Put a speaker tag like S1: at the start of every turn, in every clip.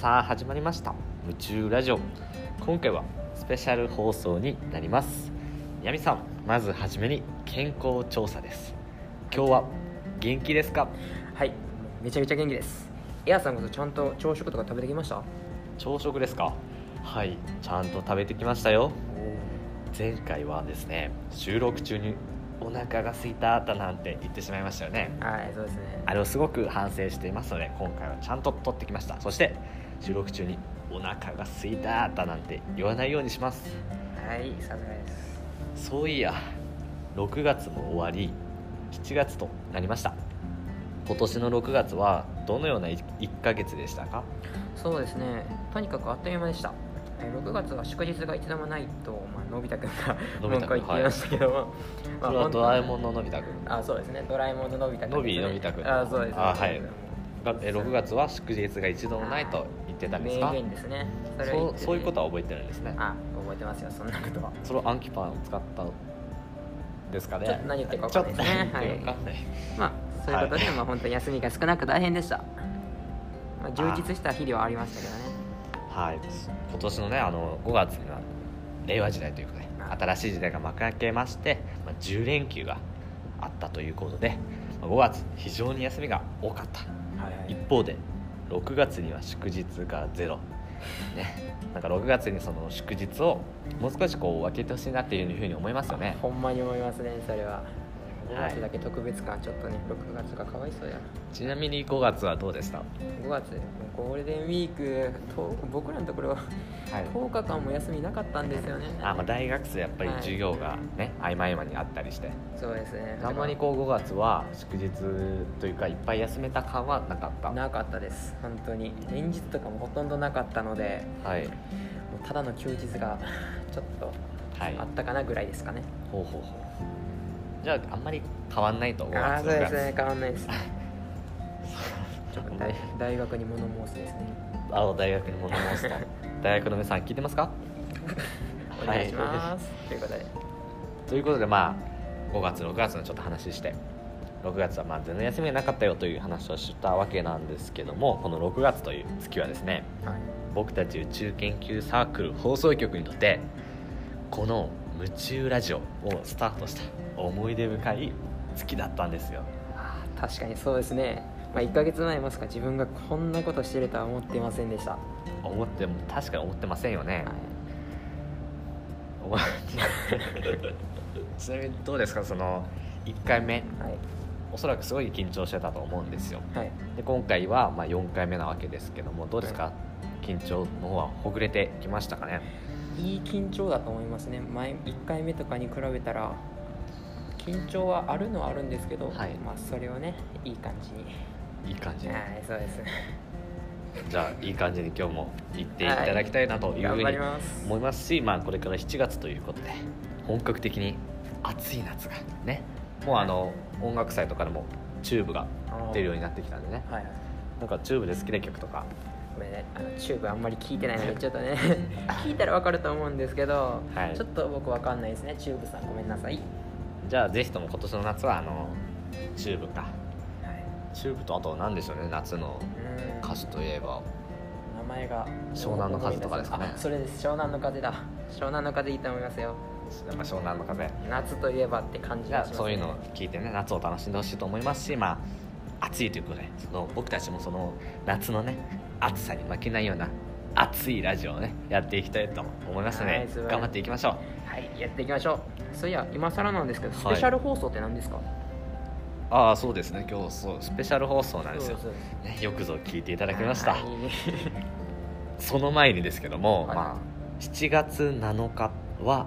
S1: さあ始まりました「夢中ラジオ」今回はスペシャル放送になりますヤミさんまずはじめに健康調査です今日は元気ですか
S2: はいめちゃめちゃ元気ですエアさんこそちゃんと朝食とか食べてきました
S1: 朝食ですかはいちゃんと食べてきましたよ前回はですね収録中にお腹が空いただなんて言ってしまいましたよね
S2: はいそうですね
S1: あれをすごく反省していますので今回はちゃんと取ってきましたそして収録中にお腹が空いただなんて言わないようにします
S2: はいさすがです
S1: そういや6月も終わり7月となりました今年の6月はどのような1ヶ月でしたか
S2: そうですねとにかくあっという間でしたえー6月は祝日が一度もないと、ま あのび太くんが
S1: のび太
S2: 文
S1: くん
S2: 句を言っていましたけども、
S1: それはドラえもんののび太くん
S2: あそうですねドラえもんののび太くんですね
S1: のびのび太くん
S2: あそうです
S1: あはいがえ6月は祝日が一度もないと言ってたんです
S2: 名
S1: か
S2: 言ですねれは言
S1: そ
S2: っ
S1: う
S2: て
S1: そういうことは覚えてるんですね
S2: あ覚えてますよそんなことは
S1: それをアンキパンを使ったんですかね
S2: ちょっと何言ってるか分かんないですね
S1: ちょっと何言ってるか分かんない
S2: まあそういうことで、まあ本当に休みが少なく大変でした、まあ、充実した日々はありましたけどね
S1: はい、今年のねあの5月には令和時代というかね新しい時代が幕開けまして、まあ、10連休があったということでまあ5月非常に休みが多かった一方で6月には祝日がゼロねなんか6月にその祝日をもう少しこう分けてほしいなっていうふうに思いますよね
S2: ほんまに思いますねそれは5
S1: はい
S2: 月だけ特別感ちょっとね6月がかわいそうや
S1: ちなみに5月はどうでしたは
S2: 5月ゴールデンウィークと僕らのところは10日間も休みなかったんですよね
S1: あまあ、大学生やっぱり
S2: はい
S1: 授業がね、合間合間にあったりして
S2: そうですね
S1: あんまりこう5月は祝日というかいっぱい休めた感はなかった
S2: なかったです本当に連日とかもほとんどなかったので
S1: はい
S2: もうただの休日がちょっと
S1: はい
S2: あったかなぐらいですかね、
S1: ほうほうほうじゃああんまり変わんないと5
S2: ああ
S1: 月
S2: そうです
S1: 6
S2: ね
S1: 月
S2: 変わんないですちょっと大
S1: ね
S2: 大学に物申すですね
S1: あの大学に物申すと大学の皆さん聞いてますか
S2: お願いします、ということで
S1: ということでまあ5月6月のちょっと話して6月はまあ全然休みがなかったよという話をしたわけなんですけどもこの6月という月はですね
S2: はい
S1: 僕たち宇宙研究サークル放送局にとってこの「夢中ラジオ」をスタートした思い出深い月だったんですよ
S2: あー確かにそうですね、まあ、1ヶ月前まさか自分がこんなことしてるとは思っていませんでした、は
S1: 思っても確かに思ってませんよね、
S2: い
S1: 思ってちなみにどうですかその1回目
S2: はい
S1: おそらくすごい緊張してたと思うんですよ
S2: はい、
S1: で今回はまあ4回目なわけですけどもどうですか、緊張の方はほぐれてきましたかね
S2: いい緊張だと思いますね前1回目とかに比べたら緊張はあるのはあるんですけど、
S1: はい
S2: まあ、それをねいい感じに
S1: いい感じに
S2: はいそうですね
S1: じゃあいい感じに今日も行っていただきたいなというふう
S2: 頑張り
S1: に
S2: ます
S1: 思いますし、まあ、これから7月ということで本格的に暑い夏がねもうあの音楽祭とかでもチューブが出るようになってきたんでね
S2: はいはい
S1: なんかチューブで好きな曲とか
S2: ごめんねあのチューブあんまり聞いてな いのでちょっとね聞いたらわかると思うんですけど、
S1: はい
S2: ちょっと僕わかんないですねチューブさんごめんなさい、
S1: じゃあぜひとも今年の夏はあのチューブか
S2: はい、
S1: チューブとあと何でしょうね夏の
S2: うん
S1: 歌手といえば
S2: 名前が
S1: 湘南乃風とかですかね
S2: あそれです湘南の風だ湘南の風いいと思いますよ
S1: やっぱ湘南の風
S2: 夏といえばって感じ
S1: じゃ
S2: が
S1: あ
S2: します、ね、
S1: そういうのを聞いてね夏を楽しんでほしいと思いますしまあ暑いということでその僕たちもその夏のね暑さに負けないような熱いラジオをねやっていきたいと思いますの
S2: は
S1: で
S2: い素晴らしい
S1: 頑張っていきましょう
S2: はいやっていきましょうそういや今更なんですけど
S1: はい
S2: スペシャル放送って何ですか、
S1: ああそうですね今日そうスペシャル放送なんですよ
S2: そうそう
S1: ね、よくぞ聞いていただきました、
S2: はい
S1: その前にですけども、
S2: はい
S1: まあ、7月7日は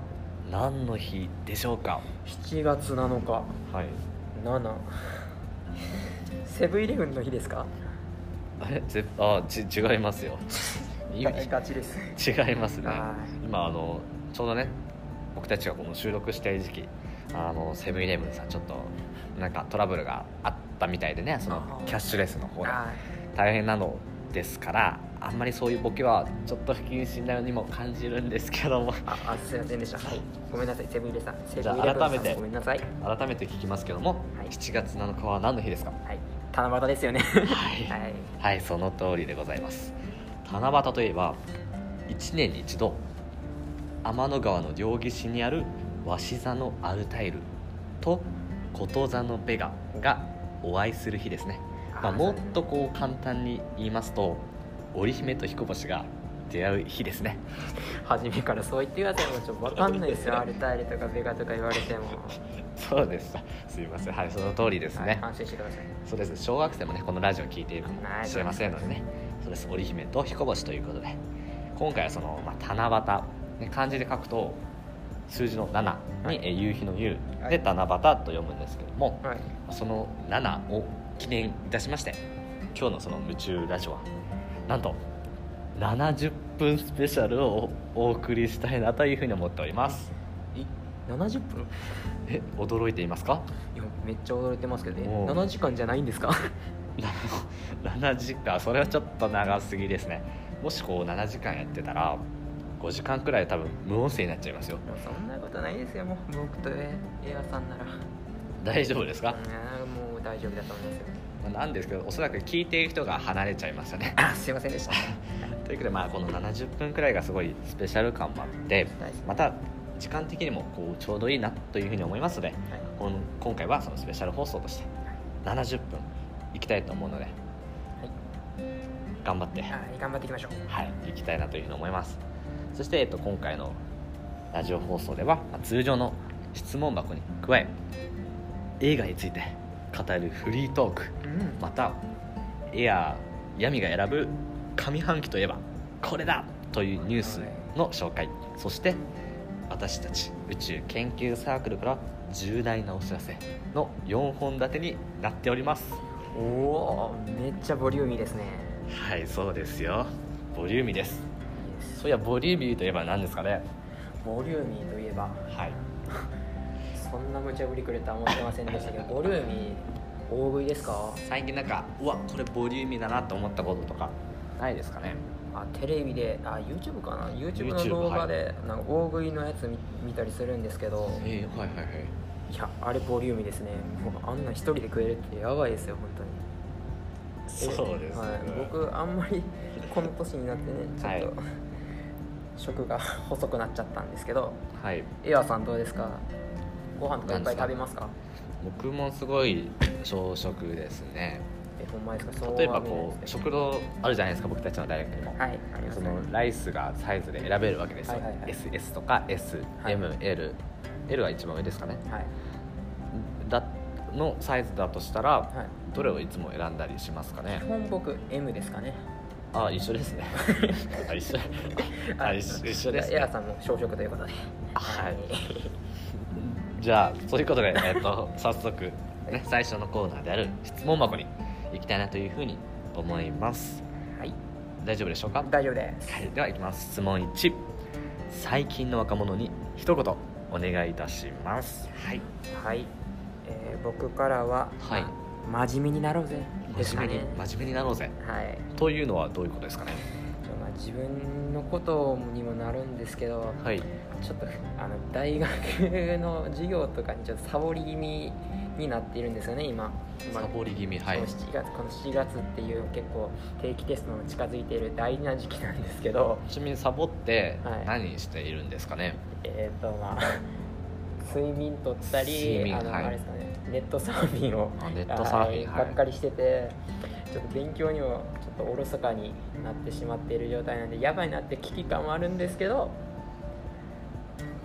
S1: 何の日でしょうか
S2: 7月7日
S1: はい
S2: 7セブンイレブンの日ですか
S1: あれぜあち違いますよい
S2: ガチです
S1: 違いますね
S2: は
S1: 今あのちょうどね僕たちがこの収録している時期あのセブンイレブンさんちょっとなんかトラブルがあったみたいでねその
S2: あー
S1: キャッシュレスの方で
S2: は
S1: 大変なのですからあんまりそういうボケはちょっと不謹慎なようにも感じるんですけども
S2: ああすいませんでしたはいごめんなさいセブンイレさんセ
S1: じ
S2: ブ
S1: ゃあ
S2: ンイレブンさん
S1: 改めて
S2: ごめんなさい
S1: 改めて聞きますけども、
S2: はい
S1: 7月7日は何の日ですか
S2: はい七夕ですよね
S1: はい、
S2: はい
S1: はい、その通りでございます七夕といえば1年に一度天の川の両岸にある鷲座のアルタイルとこと座のベガがお会いする日ですね、まあ、もっとこう簡単に言いますと織姫と彦星が出会う日ですね
S2: 初めからそう言ってくださいもうちょっと分かんないです よアルタイルとかベガとか言われても
S1: そうですすいませんはいその通りです
S2: はい
S1: ね、
S2: 安心してください
S1: そうです小学生もねこのラジオ聞いているかも
S2: はい
S1: しれませんのでねそうです織姫と彦星ということで今回はその、まあ、七夕、ね、漢字で書くと数字の7
S2: は
S1: に、
S2: い
S1: え夕日の夕
S2: は
S1: で
S2: い
S1: 七夕と読むんですけども、
S2: はい
S1: その7を記念いたしまして今日のその夢中ラジオはなんと70分スペシャルをお送りしたいなというふうに思っております
S2: 70分
S1: え驚いていますか
S2: いやめっちゃ驚いてますけどね
S1: おう
S2: 7時間じゃないんですか
S1: 7時間それはちょっと長すぎですねもしこう7時間やってたら5時間くらい多分無音声になっちゃいますよ
S2: そんなことないですよもう僕とエアさんなら
S1: 大丈夫ですか、
S2: あもう大丈夫だと思いますよ
S1: まあなんですけどおそらく聞いている人が離れちゃいましたね
S2: あすいませんでした
S1: ということでまあこの70分くらいがすごいスペシャル感もあって
S2: 大事
S1: また時間的にもこうちょうどいいなというふうに思いますので
S2: はい
S1: この今回はそのスペシャル放送として70分いきたいと思うので、頑張って
S2: はい頑張っていきましょう
S1: はい、行きたいなというふうに思いますそして、えっと、今回のラジオ放送では、まあ通常の質問箱に加え映画について語るフリートーク
S2: うん
S1: またエアー闇が選ぶ上半期といえばこれだというニュースの紹介そして私たち宇宙研究サークルから重大なお知らせの4本立てになっております
S2: おおめっちゃボリューミーですね
S1: はいそうですよボリューミーです
S2: いいです
S1: そういやボリューミーといえば何ですかね
S2: ボリューミーといえば
S1: はい
S2: そんな無茶ぶりくれたは思ってませんでしたけどボリューミー大食いですか
S1: 最近なんかうわこれボリューミーだなと思ったこととかないですかね
S2: あテレビであ YouTube かな YouTube の
S1: YouTube
S2: 動画
S1: は
S2: で、なんか大食いのやつ見見たりするんですけど
S1: えー、はいはいはい
S2: いやあれボリューミーですねもうあんな一人で食えるってやばいですよ本当に
S1: そうです、ね
S2: はい、僕あんまりこの年になってねちょっと、食が 細くなっちゃったんですけど
S1: はい
S2: エアさんどうですかご飯とかいっぱい食べますか
S1: 僕もすごい小食ですね
S2: えほんまですかそうは
S1: 例えばこ
S2: 見ないうですね
S1: 食堂あるじゃないですか僕たちの大学にも、
S2: はいあります
S1: そ
S2: ね
S1: のライスがサイズで選べるわけですよ、
S2: はいはいはい
S1: SS とか SMLL、
S2: はい
S1: L L は一番上ですかね
S2: はい
S1: だのサイズだとしたら、
S2: はい
S1: どれをいつも選んだりしますかね
S2: 基本僕 M ですかね
S1: あ一緒ですねあ一緒あ一緒一緒です、
S2: エア
S1: ね、
S2: さんも小食ということで
S1: はいじゃあそういうことで、えっ と早速、ね、最初のコーナーである質問箱に行きたいなというふうに思います
S2: はい
S1: 大丈夫でしょうか
S2: 大丈夫です
S1: はい、では行きます質問1最近の若者に一言お願いいたしますはい
S2: はい、えー僕からは、
S1: はい
S2: ま真面目になろうぜです
S1: 真
S2: か
S1: 面
S2: ね
S1: 目に、真面目になろうぜ
S2: はい
S1: というのはどういうことですかね
S2: ちょまあ自分のことにもなるんですけど
S1: はい
S2: ちょっとあの大学の授業とかにちょっとサボり気味になっているんですよね今今
S1: サボり気味はい
S2: この7月この7月っていう結構定期テストの近づいている大事な時期なんですけど
S1: ちなみにサボって
S2: はい
S1: 何しているんですかね、
S2: えっ、とまあ 睡眠とった
S1: 睡
S2: り
S1: 眠
S2: あの、
S1: はい
S2: あれですかねネットサーフィンを
S1: あネットサーフィン
S2: あ
S1: はい
S2: ばっかりしててちょっと勉強にもちょっとおろそかになってしまっている状態なんでやばいなって危機感もあるんですけど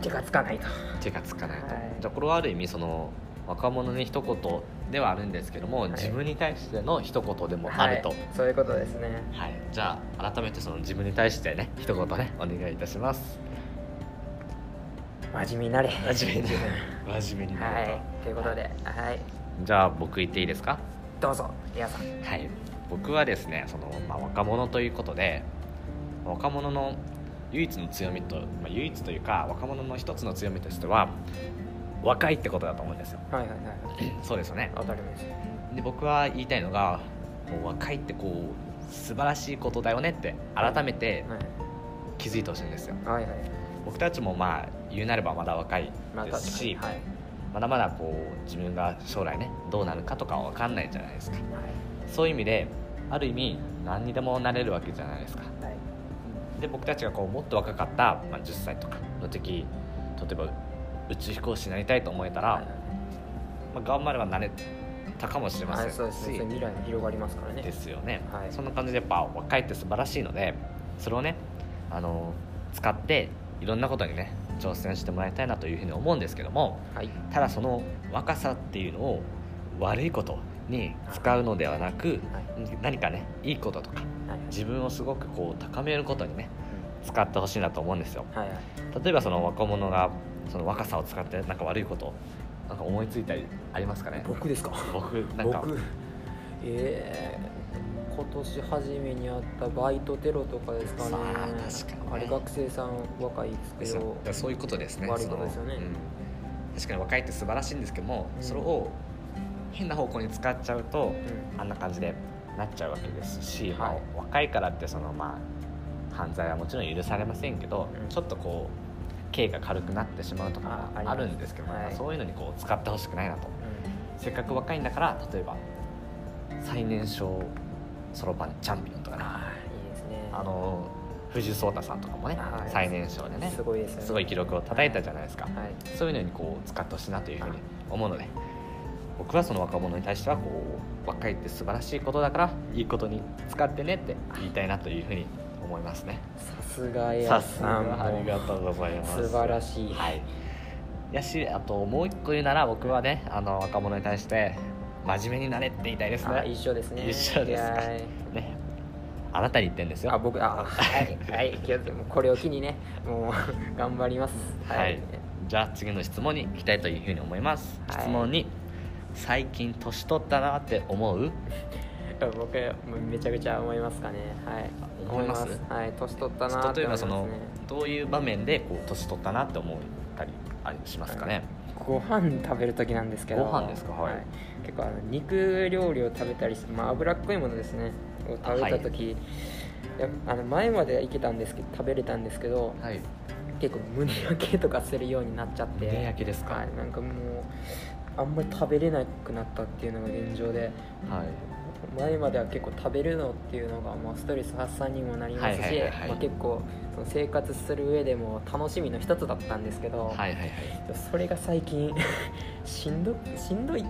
S2: 手がつかないと
S1: 手がつかないと、
S2: はい
S1: じゃあこれはある意味その若者に一言ではあるんですけども、
S2: はい
S1: 自分に対しての一言でもあると、
S2: は
S1: はいい、
S2: そういうことですね
S1: じゃあ改めてその自分に対してね一言ねお願いいたします
S2: 真面目になれ
S1: 真面目に真面目になると、
S2: はいということではい
S1: じゃあ僕言っていいですか
S2: どうぞ皆さん
S1: はい僕はですねその、まあ、若者ということで若者の唯一の強みと、まあ、唯一というか若者の一つの強みとしては若いってことだと思うん ですよ
S2: はいはいはい
S1: そうですよね
S2: 当たり前です
S1: で僕は言いたいのがもう若いってこう素晴らしいことだよねって改めて気づいてほしいんですよ
S2: はいはいはい
S1: 僕たちもまあ言うなればまだ若い
S2: まあ
S1: で
S2: 確
S1: す
S2: かに
S1: し、
S2: はい
S1: まだまだこう自分が将来ねどうなるかとかは分かんないじゃないですか
S2: はい
S1: そういう意味である意味何にでもなれるわけじゃないですか
S2: はい
S1: で僕たちがこうもっと若かった、まあ、10歳とかの時例えば宇宙飛行士になりたいと思えたら、まあ、頑張ればなれたかもしれま
S2: は
S1: せ
S2: い、
S1: ん
S2: そうですね
S1: し
S2: 未来に広がりますからね
S1: ですよね、
S2: はい
S1: そんな感じでやっぱ若いって素晴らしいのでそれをねあの使っていろんなことにね挑戦してもらいたいなというふうに思うんですけども
S2: はい
S1: ただその若さっていうのを悪いことに使うのではなく
S2: はい
S1: 何かねいいこととか
S2: はい
S1: 自分をすごくこう高めることにね使ってほしいなと思うんですよ
S2: はいはい
S1: 例えばその若者がその若さを使ってなんか悪いことなんか思いついたりありますかね
S2: 僕ですか
S1: 僕なんか
S2: 僕えー、今年初めにあったバイトテロとかですかね
S1: まあ確かにね
S2: あれ学生さん若いですけど
S1: そうそういうことですね
S2: 悪いことですよね
S1: そのうん確かに若いって素晴らしいんですけども、
S2: うん
S1: それを変な方向に使っちゃうと
S2: うん
S1: あんな感じでなっちゃうわけですし、
S2: はい
S1: まあ若いからってそのまあ犯罪はもちろん許されませんけど、
S2: うん
S1: ちょっとこう刑が軽くなってしまうとか
S2: ああ
S1: も
S2: りま
S1: あ
S2: す
S1: るんですけども、
S2: はい
S1: そういうのにこう使ってほしくないなとせっかく若いんだから例えば最年少そろばんチャンピオンとかね
S2: あーいいですね
S1: あの藤井聡太さんとかもね、
S2: はい
S1: 最年少でね
S2: すごいですよね
S1: すごい記録を叩いたじゃないですか、
S2: はい
S1: そういうのにこう使ってほしいなというふうに思うので僕はその若者に対してはこう若いって素晴らしいことだからいいことに使ってねって言いたいなというふうに思いますね
S2: さすが
S1: さ
S2: や
S1: すがありが
S2: う
S1: とうございます
S2: 素晴らしい
S1: はいやしあともう一個言うなら僕はねあの若者に対して真面目になれって言いたいです
S2: あ
S1: ね
S2: 一緒ですね
S1: 一緒ですか
S2: はい
S1: ねあなたに言ってんですよ
S2: あ僕あはいはい気をつけもうこれを機にねもう 頑張ります
S1: はい、じゃあ次の質問に行きたいというふうに思います、
S2: はい
S1: 質問に最近年取ったなって思う
S2: 僕もうめちゃくちゃ思いますかねはい
S1: あ思います
S2: はい年取ったなって思います、ね、
S1: 例えばそのどういう場面でこう年取ったなって思ったりありしますかね、
S2: ご飯食べる時なんですけど
S1: ご飯ですかはい
S2: 結構あの肉料理を食べたりして、まあ、脂っこいものですねを食べた時、いやあの前まではいけたんですけど食べれたんですけど
S1: はい
S2: 結構胸焼けとかするようになっちゃって
S1: 胸焼けですか
S2: はい、なんかもうあんまり食べれなくなったっていうのが現状で
S1: はい
S2: 前までは結構食べるのっていうのがまあストレス発散にもなりますし、
S1: はいはいはいはい
S2: まあ、結構その生活する上でも楽しみの一つだったんですけど、
S1: はいはいはい
S2: それが最近 しんどしんどい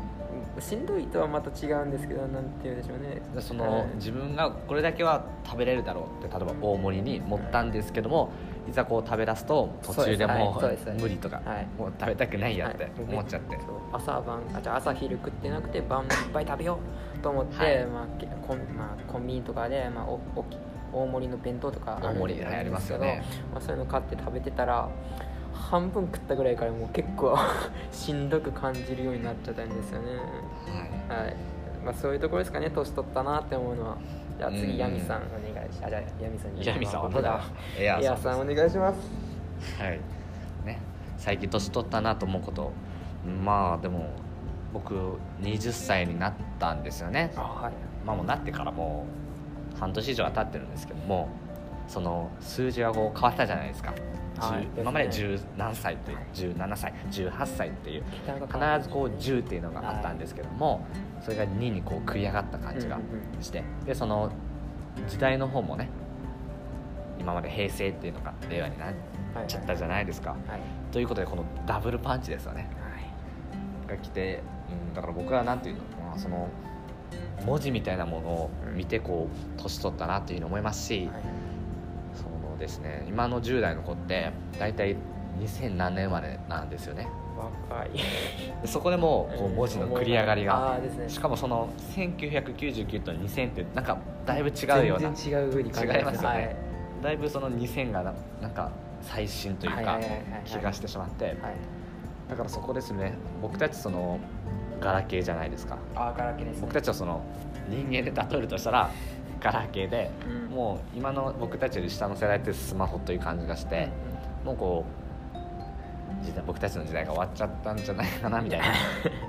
S2: しんどいとはまた違うんですけどなんて言うんでしょうね
S1: でその、
S2: はい
S1: 自分がこれだけは食べれるだろうって例えば大盛りに持ったんですけどもいざこう食べ出すと途中でも
S2: そうですはいう
S1: 無理とか、
S2: はい
S1: もう食べたくないやって
S2: はい
S1: 思っちゃって、
S2: そう朝晩あじゃあ朝昼食ってなくて晩もいっぱい食べようと思って、
S1: はい
S2: まあけコンまあ、コンビニとかで、まあ、おおき大盛りの弁当とか
S1: 大
S2: あるん
S1: 盛
S2: で
S1: り
S2: すけど
S1: はいありますよね
S2: まあ、そういうの買って食べてたら半分食ったぐらいからもう結構 しんどく感じるようになっちゃったんですよね
S1: はい
S2: はい、まあ、そういうところですかね年取ったなって思うのはじゃあ
S1: うん
S2: 次ヤミさんお願いしあじゃあヤミさんに
S1: ヤミさん
S2: まあ
S1: お
S2: 僕
S1: 願
S2: だ
S1: いエアーさん
S2: ヤミさんお願いします
S1: はいね、最近年取ったなと思うことまあでも僕20歳になったんですよね
S2: あはい
S1: まあもうなってからもう半年以上は経ってるんですけどもその数字がこう変わったじゃないですか、
S2: はい
S1: 十
S2: ですね
S1: 今まで10何歳って17歳18歳っていう
S2: 北
S1: 必
S2: 川
S1: ずこう10っていうのがあったんですけどもそれが2にこう繰り上がった感じが
S2: うんうんうん
S1: してでその時代の方もね今まで平成っていうのが令和になっ
S2: はい
S1: ちゃったじゃないですか。
S2: はい
S1: ということでこのダブルパンチですよねが来て、うん、だから僕はなんていうのかなその文字みたいなものを見てこう年取ったなっていうの思いますし、
S2: はい
S1: そのですね今の10代の子って大体2000何年生まれなんですよね
S2: 若い
S1: でそこでもうこう文字の繰り上がり
S2: あ
S1: が
S2: ーですね
S1: しかもその1999と2000ってなんかだいぶ違うような
S2: 全然違う風に感じ
S1: 違いますよねだいぶその2000がななんか最新という
S2: はいは
S1: か
S2: いはいはいはい
S1: 気がしてしまって
S2: はい、はい、
S1: だからそこですね僕たちそのガラケーじゃないですか
S2: あガラケーです、ね、
S1: 僕たちはその人間で例えるとしたらガラケーで、
S2: うん
S1: もう今の僕たちより下の世代ってスマホという感じがして、もうこう時代僕たちの時代が終わっちゃったんじゃないかなみたい な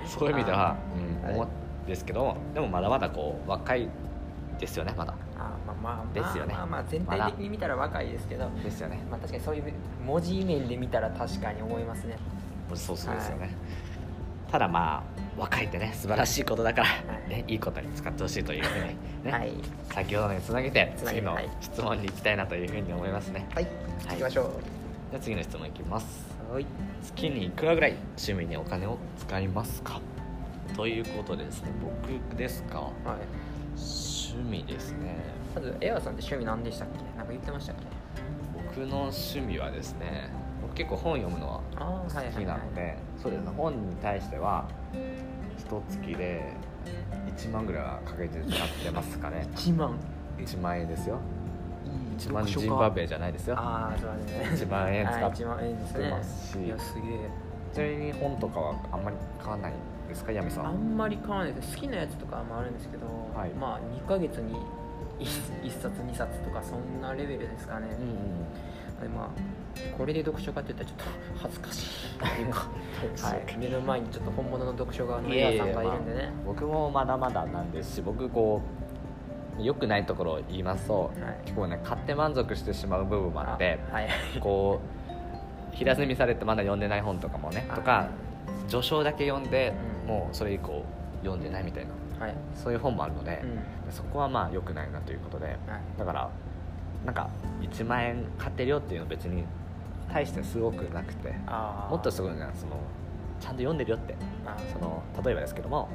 S1: そういう意味では、うん
S2: はい
S1: 思うんですけどでもまだまだこう若いですよねまだ
S2: あまあまあまあ
S1: ですよね
S2: まあまあ全体的に見たら若いですけど、
S1: ですよね
S2: まあ、確かにそういう文字面で見たら確かに思いますね
S1: そうそうですよね、ただまあ若いってね素晴らしいことだから、ね、いいことに使ってほしいというふうに、ね
S2: はい
S1: 先ほどにつなげて
S2: つな
S1: 次
S2: げて
S1: の
S2: はい
S1: 質問に行きたいなというふうに思いますね
S2: はい行きましょ
S1: じゃあ次の質問いきます
S2: うはい
S1: 月にいくらぐらい趣味にお金を使いますかということでですね僕ですか
S2: はい
S1: 趣味ですね
S2: まずエアさんって趣味何でしたっけなんか言ってましたっけ
S1: 僕の趣味はですね僕結構本読むのは
S2: ああはい
S1: 好
S2: は
S1: き
S2: いは
S1: ないのでそうですね本に対しては一月で1万ぐらいはかけて使ってますかね
S2: 1万
S1: 1万円ですよ
S2: いい
S1: 1万ジンバブエじゃないですよ
S2: ああそうだね
S1: 1万円使
S2: あ
S1: っ
S2: 一
S1: て
S2: 万円ですね
S1: ますし
S2: いやすげえ
S1: ちなみに本とかはあんまり買わないですかヤミさ
S2: あ
S1: ん
S2: んまり買わないです好きなやつとかもあるんですけど、
S1: はい
S2: まあ2ヶ月に 1, 冊2冊とかそんなレベルですかね、
S1: ん
S2: でまあこれで読書かって言ったらちょっと 恥ずかし いっていうか、はい、目の前にちょっと本物の読書家の
S1: いやい
S2: エ
S1: や
S2: ア
S1: い
S2: さ
S1: や
S2: んがいるんでね
S1: 僕もまだまだなんですし僕こう良くないところを言いますと、
S2: はい
S1: 結構ね買って満足してしまう部分もあって
S2: あはい
S1: こう平積みされてまだ読んでない本とかもねとか序章だけ読んで、
S2: うん
S1: もうそれ以降読んでないみたいな
S2: はい、
S1: そういう本もあるので
S2: う、ん
S1: そこはまあ良くないなということで
S2: はい、
S1: だからなんか1万円買ってるよっていうのは別に大してすごくなくて
S2: あー
S1: もっとすごいのはそのちゃんと読んでるよって
S2: あ
S1: その例えばですけども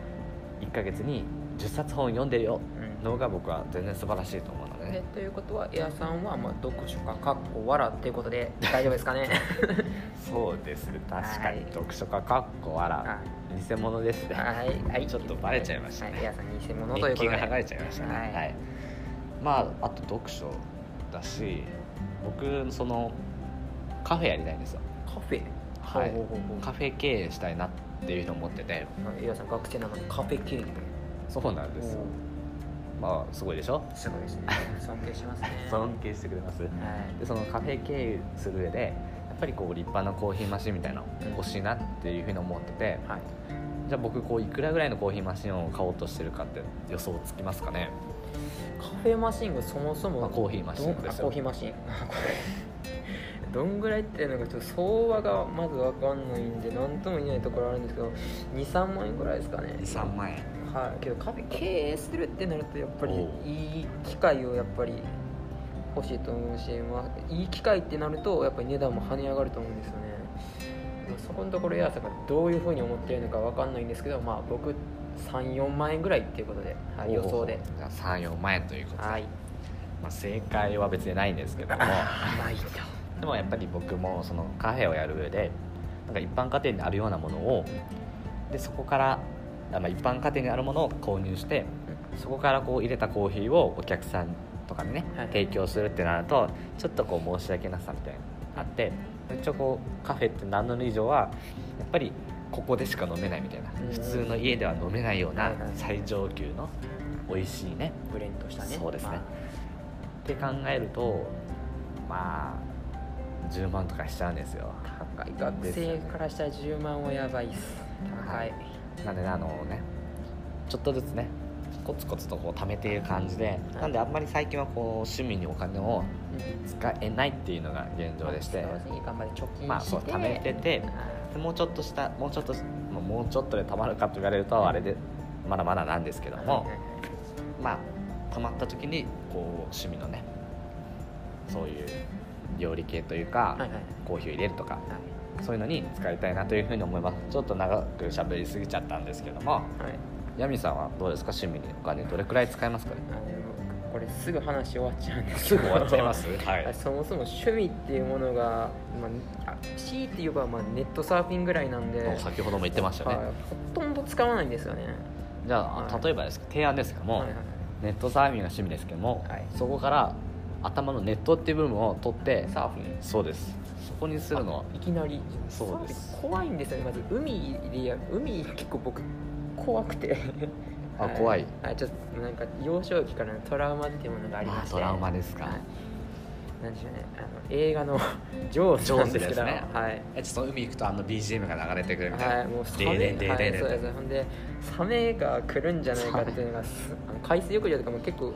S1: 1ヶ月に10冊本読んでるよ
S2: うん
S1: のが僕は全然素晴らしいと思うので、
S2: え
S1: ね、
S2: ということはエアさんはまあ読書家かっこわらっていうことで大丈夫です かね
S1: そうです確かに
S2: はい
S1: 読書家かっこあら偽物ですね
S2: はいはい
S1: ちょっとバレちゃいましたね
S2: はい、エアさん偽物とい
S1: 日
S2: うこ
S1: 記
S2: と
S1: が
S2: で
S1: 剥がれちゃいましたね、は
S2: はいい
S1: まああと読書だし僕そのカフェやりたいんですよ
S2: カフェ
S1: はい
S2: ほうほうほうほ
S1: カフェ経営したいなっていうふうに思ってて
S2: うエアさん学生なのにカフェ経営
S1: そうなんですよまあすごいでしょ
S2: すごいですね尊敬しま すね
S1: 尊敬してくれます
S2: はい
S1: でそのカフェ経営する上でやっぱりこう立派なコーヒーマシンみたいなの欲しいなっていうふうに思ってて
S2: はい
S1: じゃあ僕こういくらぐらいのコーヒーマシンを買おうとしてるかって予想つきますかね、
S2: カフェマシンがそもそも
S1: まあ、コーヒーマシン
S2: どん
S1: で
S2: あ
S1: す
S2: コー
S1: よ
S2: ヒーマシンこれどんぐらいっていうのがちょっと相場がまずわかんないんで何とも言えないところあるんですけど23万円ぐらいですかね
S1: 3万円
S2: はい、けどカフェ経営するってなるとやっぱり
S1: おう
S2: いい機会をやっぱり欲しいと思うし、まあ、いい機会ってなるとやっぱり値段も跳ね上がると思うんですよねでもそこのところエアさんがどういうふうに思ってるのかわかんないんですけど、まあ、僕34万円ぐらいっていうことで、はい、予想で
S1: じゃあ34万円ということで、
S2: はい
S1: まあ、正解は別にないんですけ ども
S2: ないと
S1: でもやっぱり僕もそのカフェをやる上でなんか一般家庭にあるようなものをでそこからあまあ一般家庭にあるものを購入してそこからこう入れたコーヒーをお客さんとかにね、
S2: はい
S1: 提供するってなるとちょっとこう申し訳なさみたいなのがあって一応こうカフェって名乗る以上はやっぱりここでしか飲めないみたいな
S2: うん
S1: 普通の家では飲めないような
S2: はいはい
S1: 最上級の美味しいね
S2: ブレンドしたね
S1: そうですね
S2: まあ
S1: って考えるとまあ10万とかしちゃうんですよ
S2: 高い学
S1: ですよ
S2: 生
S1: ね
S2: からしたら10万はやばいっす高い、
S1: なんでねあのねちょっとずつねコツコツとこう貯めている感じで
S2: うん
S1: なんであんまり最近はこう趣味にお金を
S2: うん
S1: 使えないっていうのが現状でして
S2: まあ正直頑張って貯金して、
S1: まあそう貯めてて
S2: あ
S1: でもうちょっとしたもうちょっとしまあもうちょっとで貯まるかと言われるとあれでまだまだなんですけど
S2: ー
S1: も
S2: はいはいはい
S1: まあ貯まった時にこう趣味のねそういう料理系というか、
S2: はいはい
S1: コーヒーを入れるとかそういうのに使いたいなというふうに思いますちょっと長く喋りすぎちゃったんですけども
S2: はい、はい、
S1: ヤミさんはどうですか趣味にお金どれくらい使いますか ね
S2: あのこれすぐ話終わっちゃうんです
S1: す
S2: け
S1: ぐ
S2: ど
S1: 終わっちゃいます はい
S2: あそもそも趣味っていうものが、まあ、あ強いて言えばまあネットサーフィンぐらいなんで、
S1: 先ほども言ってましたね、
S2: はいほとんど使わないんですよね、
S1: じゃあ、
S2: はい
S1: 例えばですけど提案ですけども、
S2: はいはい
S1: ネットサーフィンが趣味ですけども、
S2: はい
S1: そこから頭のネットっていう部分を取って
S2: サーフィン
S1: そうですそこにするのはい
S2: きなり
S1: そうです
S2: サーフィン怖いんですよねまず海でや海結構僕怖く て
S1: あ
S2: は
S1: 怖い
S2: あちょっとなんか幼少期からのトラウマっていうものがありまして
S1: あトラウマですか
S2: はいなんでしょうねあの映画のジョーズなんです
S1: ジ
S2: けど
S1: ョーズですね
S2: はい
S1: えちょっと海行くとあの BGM が流れてくる
S2: はい、もうサメ
S1: デーデンデー
S2: は
S1: デー
S2: い
S1: デン
S2: そうですほんでサメが来るんじゃないかっていうのがすあの海水浴場とかも結構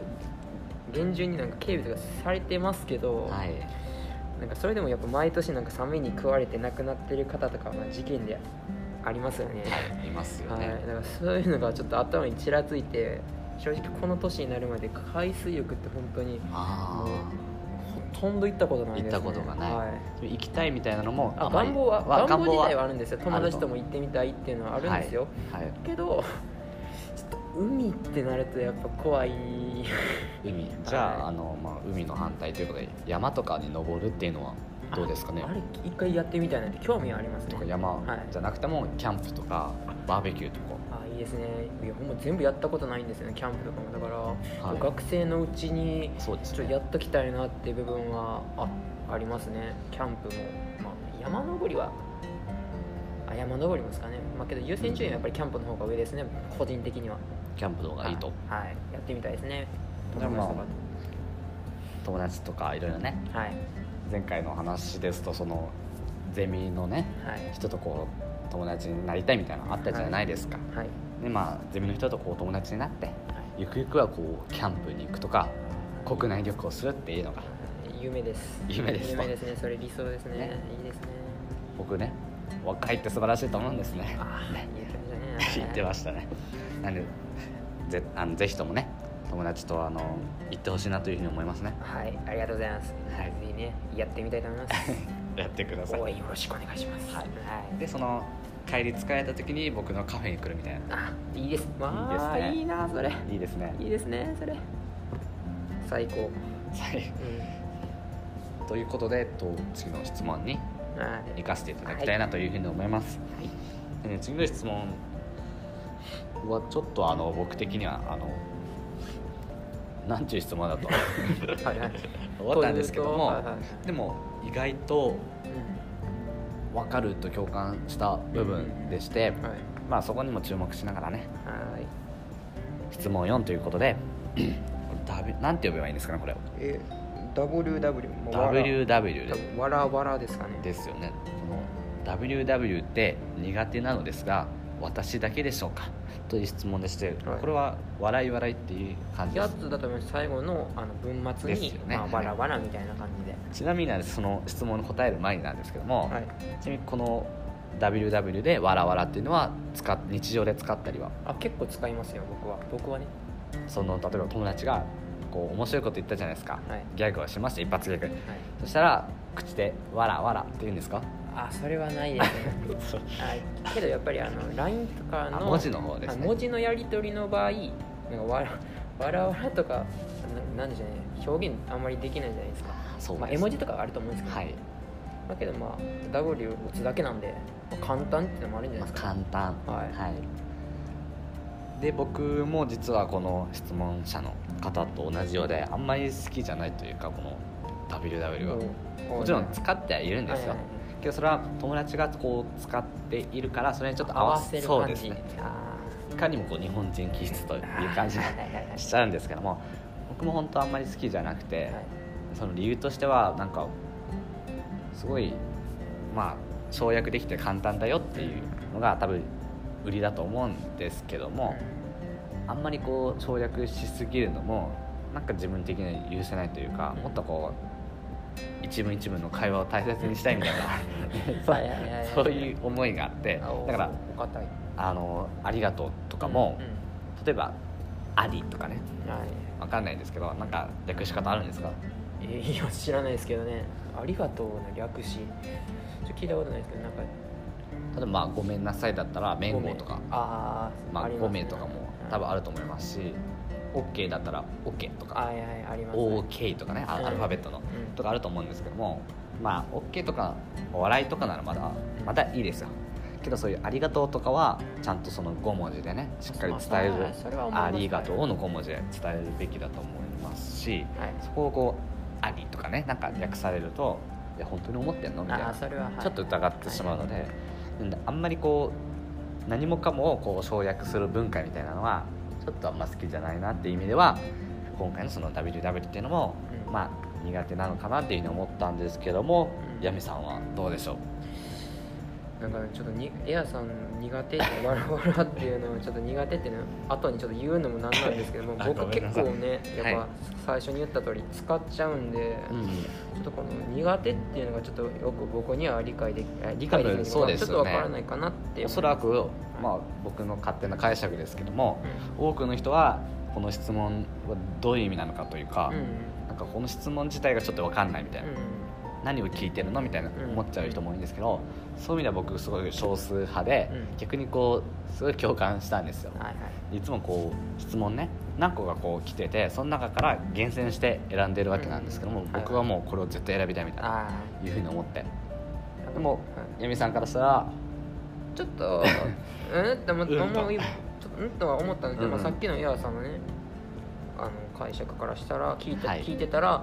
S2: 厳重になんか警備とかされてますけど、
S1: はい
S2: なんかそれでもやっぱ毎年なんかサメに食われて亡くなってる方とかはまあ事件でありますよね、
S1: いますよ
S2: はい、
S1: ね、
S2: だからそういうのがちょっと頭にちらついて正直この年になるまで海水浴って本当に
S1: あ
S2: ほとんど行ったことないです、ね、
S1: 行ったことがない
S2: はい
S1: あ行きたいみたいなのも
S2: あ
S1: まり
S2: 願望は
S1: わ
S2: 願望自体
S1: 願
S2: はあるんですよ友達とも行ってみたいっていうのはあるんですよ、
S1: 望ははい
S2: けどちょっと海ってなるとやっぱ怖い
S1: 海じゃあ,、
S2: は
S1: あ
S2: い
S1: のまあ、海の反対ということで山とかに登るっていうのはどうですかね
S2: ああれ一回やってみたいなんて興味はありますね
S1: とか山
S2: はい
S1: じゃなくてもキャンプとかバーベキューと
S2: あいいですねいやほんま全部やったことないんですよねキャンプとかもだから、
S1: か、はい、
S2: 学生のうちに
S1: そうです
S2: ちょっと
S1: ね
S2: やっときたいなって部分はあありますねキャンプも、まあ、山登りはあ山登りもですかね、まあ、けど優先順位はやっぱりキャンプの方が上ですね個人的には
S1: キャンプの方がいいと
S2: はい、はいやってみたいですね
S1: じゃあまあ
S2: 友達
S1: 友達とかいろいろね
S2: とかはい
S1: 前回の話ですとそのゼミのね
S2: はい
S1: 人とこう友達になりたいみたいなのあったじゃないですか、
S2: はい
S1: でまあゼミの人とこう友達になってゆくゆくはこうキャンプに行くとか国内旅行するっていうのが
S2: 夢です
S1: 夢ですか
S2: 夢ですねそれ理想ですね
S1: ね
S2: いいですね
S1: 僕ね若いって素晴らしいと思うんですね
S2: ああ
S1: ね
S2: いいですね
S1: 言ってましたねなんでぜあのぜひともね友達とあの行ってほしいなというふうに思いますね
S2: はいありがとうございます、
S1: はい
S2: ぜひねやってみたいと思います
S1: やってくだ
S2: 応援よろしくお願いします
S1: はい
S2: はい
S1: でその帰り疲れた時に僕のカフェに来るみたいな
S2: あいいですまあ
S1: い
S2: い
S1: い
S2: い,、
S1: ですね
S2: なそれ
S1: いいですね
S2: いいですねそれ最高、
S1: はい
S2: うん
S1: ということで、えっと、次の質問に
S2: はい
S1: 生かしていただきたいなというふうに思います、
S2: はい
S1: えー次の質問はちょっとあの僕的にはあのなんちゅう質問だと
S2: はいはい
S1: 終わったんですけども、
S2: というとはいはい
S1: でも意外と分かると共感した部分でして、
S2: うんはい
S1: まあそこにも注目しながらね
S2: はい
S1: 質問4ということで ダビなんて呼べばいいんですかねこれ
S2: え WW もわら
S1: WW
S2: 多分わらわらですかね
S1: ですよねこの WW って苦手なのですが私だけでしょうかという質問でして、
S2: はい
S1: これは笑い笑いっていう感じで
S2: や
S1: す
S2: つだと思います最後のあの文末
S1: で
S2: に、
S1: すよね
S2: まあ、わらわらみたいな感じで、
S1: ちなみになんですその質問に答える前になんですけども、
S2: はい、
S1: ちなみにこの WW で「わらわら」っていうのは使っ日常で使ったりは
S2: あ結構使いますよ僕は僕はね
S1: その例えば友達がこう面白いこと言ったじゃないですか、
S2: はい
S1: ギャグをしました一発ギャグ
S2: はい
S1: そしたら口で「わらわら」って言うんですか
S2: あそれはないですね はいけどやっぱりあの LINE とかの
S1: あ文字の方です
S2: あ
S1: ね
S2: 文字のやり取りの場合なんかわらわらわらとかななんでしょうね表現あんまりできないじゃないですか
S1: そうです、
S2: まあ、絵文字とかはあると思うんですけど、
S1: はい、
S2: だけどまあ W を打つだけなんで、まあ、簡単っていうのもあるんじゃ
S1: まあ、
S2: ないですか、
S1: 簡単
S2: はい
S1: で僕も実はこの質問者の方と同じようであんまり好きじゃないというかこの WW は
S2: お
S1: もちろん
S2: はい
S1: 使ってはいるんですよ
S2: はいはい
S1: けどそれは友達がこう使っているからそれにちょっと合
S2: 合
S1: わ
S2: わ
S1: せ
S2: せる
S1: そう
S2: 感
S1: です
S2: じ、
S1: ね
S2: あ
S1: いかにもこう日本人気質という感じが
S2: はいはいはいはい
S1: しちゃうんですけども僕も本当あんまり好きじゃなくて、
S2: ーはい
S1: その理由としてはなんかすごいまあ省略できて簡単だよっていうのが多分売りだと思うんですけどもあんまりこう省略しすぎるのもなんか自分的には許せないというかもっとこう一文一文の会話を大切にしたいみたい
S2: はいはいはいは
S1: ない そういう思いがあって
S2: あお
S1: だから
S2: お堅い
S1: 「あのありがとう」とかも
S2: うんう
S1: 例えば「あり」とかね
S2: んはい
S1: わかんないんですけどなんか略し方あるんですか
S2: えーいや知らないですけどねありがとうの略しちょっと聞いたことないですけどなんか
S1: 例えばまあ「ごめんなさい」だったら「めんご」とか
S2: あー
S1: まあ、
S2: り
S1: 5
S2: すね
S1: 名とかも多分あると思いますし OK だったら OK と
S2: あ
S1: か
S2: はいはいありますね
S1: OK とかねあ
S2: うん
S1: アルファベットの
S2: うん
S1: とかあると思うんですけどもまあ OK とかお笑いとかならまだまだいいですよけどそういう「ありがとう」とかはちゃんとその5文字でねしっかり伝え
S2: ま
S1: る
S2: あそれ
S1: 「
S2: は思います
S1: ありがとう」の5文字で伝えるべきだと思いますし
S2: はい
S1: そこをこう「あり」とかねなんか略されると「いや本当に思ってんの?」みたい
S2: あ
S1: な
S2: ーそれは、はい、
S1: ちょっと疑ってしまうので、なんであんまりこう何もかもをこう省略する文化みたいなのはちょっとあんま好きじゃないなっていう意味では今回のその WW っていうのも、
S2: うん
S1: まあ苦手なのかなっていうふうに思ったんですけども、
S2: うん
S1: ヤミさんはどうでしょう
S2: なんかねちょっとにエアさん苦手って「わらわら」っていうのをちょっと苦手ってね後にちょっと言うのもなんなんですけども
S3: あご
S2: 僕
S3: めん
S2: 結
S3: なさい
S2: 構ねやっ
S3: は
S2: ぱ最初に言った通り使っちゃうんで、ちょっとこの苦手っていうのがちょっとよく僕には理解できあ理解できない
S1: 多分そうです
S2: ちょっと
S1: よね
S2: わからないかなって
S1: おそらく、まあ、僕の勝手な解釈ですけども多くの人はこの質問はどういう意味なのかというか、
S2: うんうん
S1: なんかこの質問自体がちょっと分かんないみたいな、何を聞いてるのみたいな
S2: うん
S1: 思っちゃう人も多いんですけど、そういう意味では僕すごい少数派で、
S2: うん
S1: 逆にこうすごい共感したんですよ
S2: うん、はいはい
S1: いつもこう質問ね何個がこう来ててその中から厳選して選んでるわけなんですけども、
S2: うん
S1: 僕はもうこれを絶対選びたいみたいな、
S2: あ
S1: い、うふうに思って
S2: ー
S1: でも
S2: はい
S1: ヤミさんからしたら
S2: ちょっ とうんって思っ
S3: うん
S2: た
S3: と
S2: 思うちょっとうんとは思ったんですけど、まあ
S1: うん
S2: さっきのエアーさんのねあの解釈からしたら聞いて,、
S1: はい
S2: 聞いてたら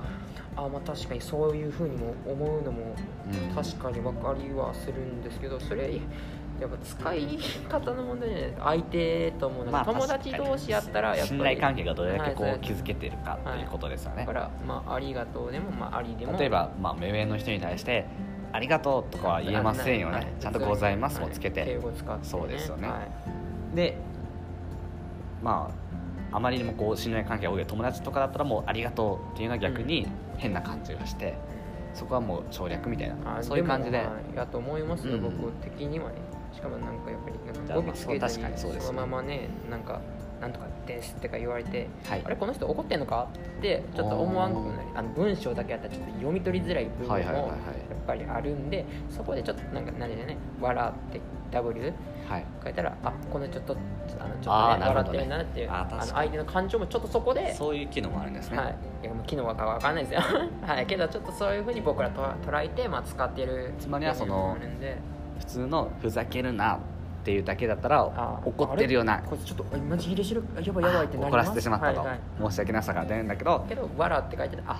S2: あまあ確かにそういうふうにも思うのも
S1: うん
S2: 確かに分かりはするんですけどそれやっぱ使い方の問題じゃない相手ともなんか
S1: まあ
S2: 友達同士やったらやっぱり
S1: 信頼関係がどれだけこ
S2: はいそう
S1: う築けてるかということですよ
S2: だ
S1: ね
S2: か、らまあありがとうでもまあありでも
S1: 例えば、まあ、目上の人に対して「ありがとう」とかは言えませんよ
S2: はい
S1: ねちゃんと「ございます」
S2: は
S1: をつけて、
S2: 敬語使って、
S1: そうですよね
S2: はい
S1: でまああまりにもこう信頼関係が多い友達とかだったらもう「ありがとう」っていうのは逆に変な感じがして、そこはもう省略みたい
S2: あ
S1: なそういう感じで
S2: もまあやと思いますよ、
S1: うん
S2: 僕的にはねしかもなんかやっぱりなん
S1: じ
S2: か
S1: ゃあ
S2: 語尾つけ
S1: まあ
S2: ず
S1: そう確かにそうで
S2: に
S1: す
S2: そ
S1: よね
S2: のままねなんかなんとかですってか言われて
S1: はい
S2: あれこの人怒ってんのかってちょっと思わんくなりあの文章だけやったらちょっと読み取りづらい部分も
S1: はいはいはい
S2: や
S1: は
S2: っぱりあるんでそこでちょっとなんか何でね「笑って「W」
S1: いはい
S2: 書いたらあこの人ちょっとあのちょっと、ね、
S1: あーなる
S2: 笑
S1: ほ
S2: っ
S1: ど
S2: て
S1: ね
S2: るなっていう
S1: あー
S2: あ
S1: 確
S2: の
S1: かに
S2: 相手の感情もちょっとそこで
S1: そういう機能もあるんですね、
S2: はい、いやもう機能がわかんないですよ、 はい、けどちょっとそういうふうに僕らと捉えて、まあ、使ってる
S1: つまりはその
S2: 部分もあるんで
S1: 普通の「ふざけるな」っていうだけだったら
S2: あー
S1: 怒ってるような
S2: こいつちょっとあマジ入れしろあやばいやばいってな
S1: 怒
S2: りま
S1: ら
S2: す
S1: せてしまったと、
S2: はいはい
S1: 申し訳なさが出るんだけど
S2: けど「わら」って書いててあ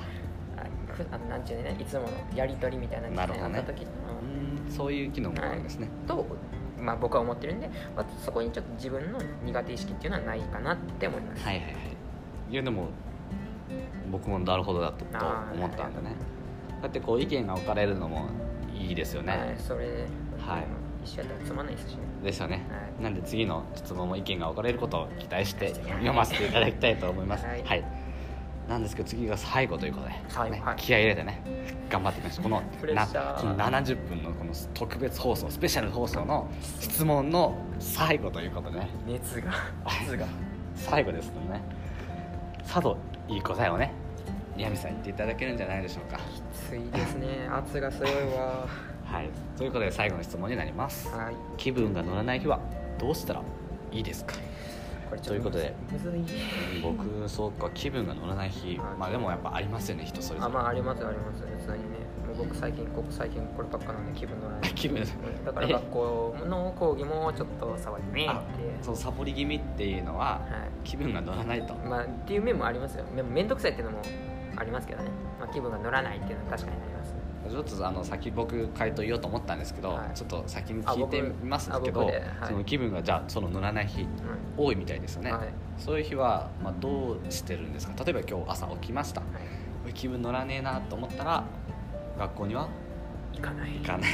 S2: あふあのなんちゅうのねいつものやり取りみたいな
S1: なるほどね
S2: あった時うん
S1: うんそういう機能もあるんですね、
S2: と、まあ、僕は思ってるんで、まあ、そこにちょっと自分の苦手意識っていうのはないかなって思います、
S1: はいはいはいいやでも僕もなるほどだとと
S2: あー
S1: 思ったんだねだってこう意見が分かれるのもいいですよね、
S2: はいそれで、
S1: はい
S2: 一緒やったらつまんないですしね
S1: ですよね、
S2: はい
S1: なんで次の質問も意見が分かれることを期待して
S2: はい
S1: 読ませていただきたいと思います
S2: は
S1: はいい、なんですけど次が最後ということで、
S2: 最後
S1: ね
S2: はい
S1: 気合い入れてね頑張っていきましょうこの
S2: プレッシャー
S1: この70分のこの特別放送スペシャル放送の質問の最後ということでね
S2: 熱が熱が
S1: 最後ですのでねさぞいい答えをね宮見さん言っていただけるんじゃないでしょうか
S2: きついですね圧がすごいわ
S1: はいということで最後の質問になります
S2: はい
S1: 気分が乗らない日はどうしたらいいですか
S2: これちょ
S1: と
S2: っ
S1: いうことで
S2: むずい
S1: 僕そうか気分が乗らない日
S2: はい
S1: まあでもやっぱありますよね人それぞ
S2: あ
S1: れ、
S2: まあありますあります普通にねもう僕最近ここ最近こればっかなんで気分乗らない
S1: 気分
S2: だから学校の講義もちょっと騒ぎね
S1: あ
S2: って
S1: そうサボり気味っていうのは
S2: は
S1: 気分が乗らないと
S2: いまあっていう面もありますよでも面倒くさいっていうのもありますけどね、まあ、気分が乗らないっていうのは確かにあります
S1: ちょっとあの先僕回答言おうと思ったんですけど、
S2: はい
S1: ちょっと先に
S2: あ
S1: 聞い
S2: 僕
S1: てみますけ
S2: あ
S1: ど、
S2: 僕ではい
S1: その気分がじゃあその乗らない日多いみたいですよ
S2: うん
S1: ね、
S2: はい
S1: そういう日は、まあ、どうしてるんですか例えば今日朝起きました気分乗らねえなと思ったら学校には
S2: 行かない
S1: 行かない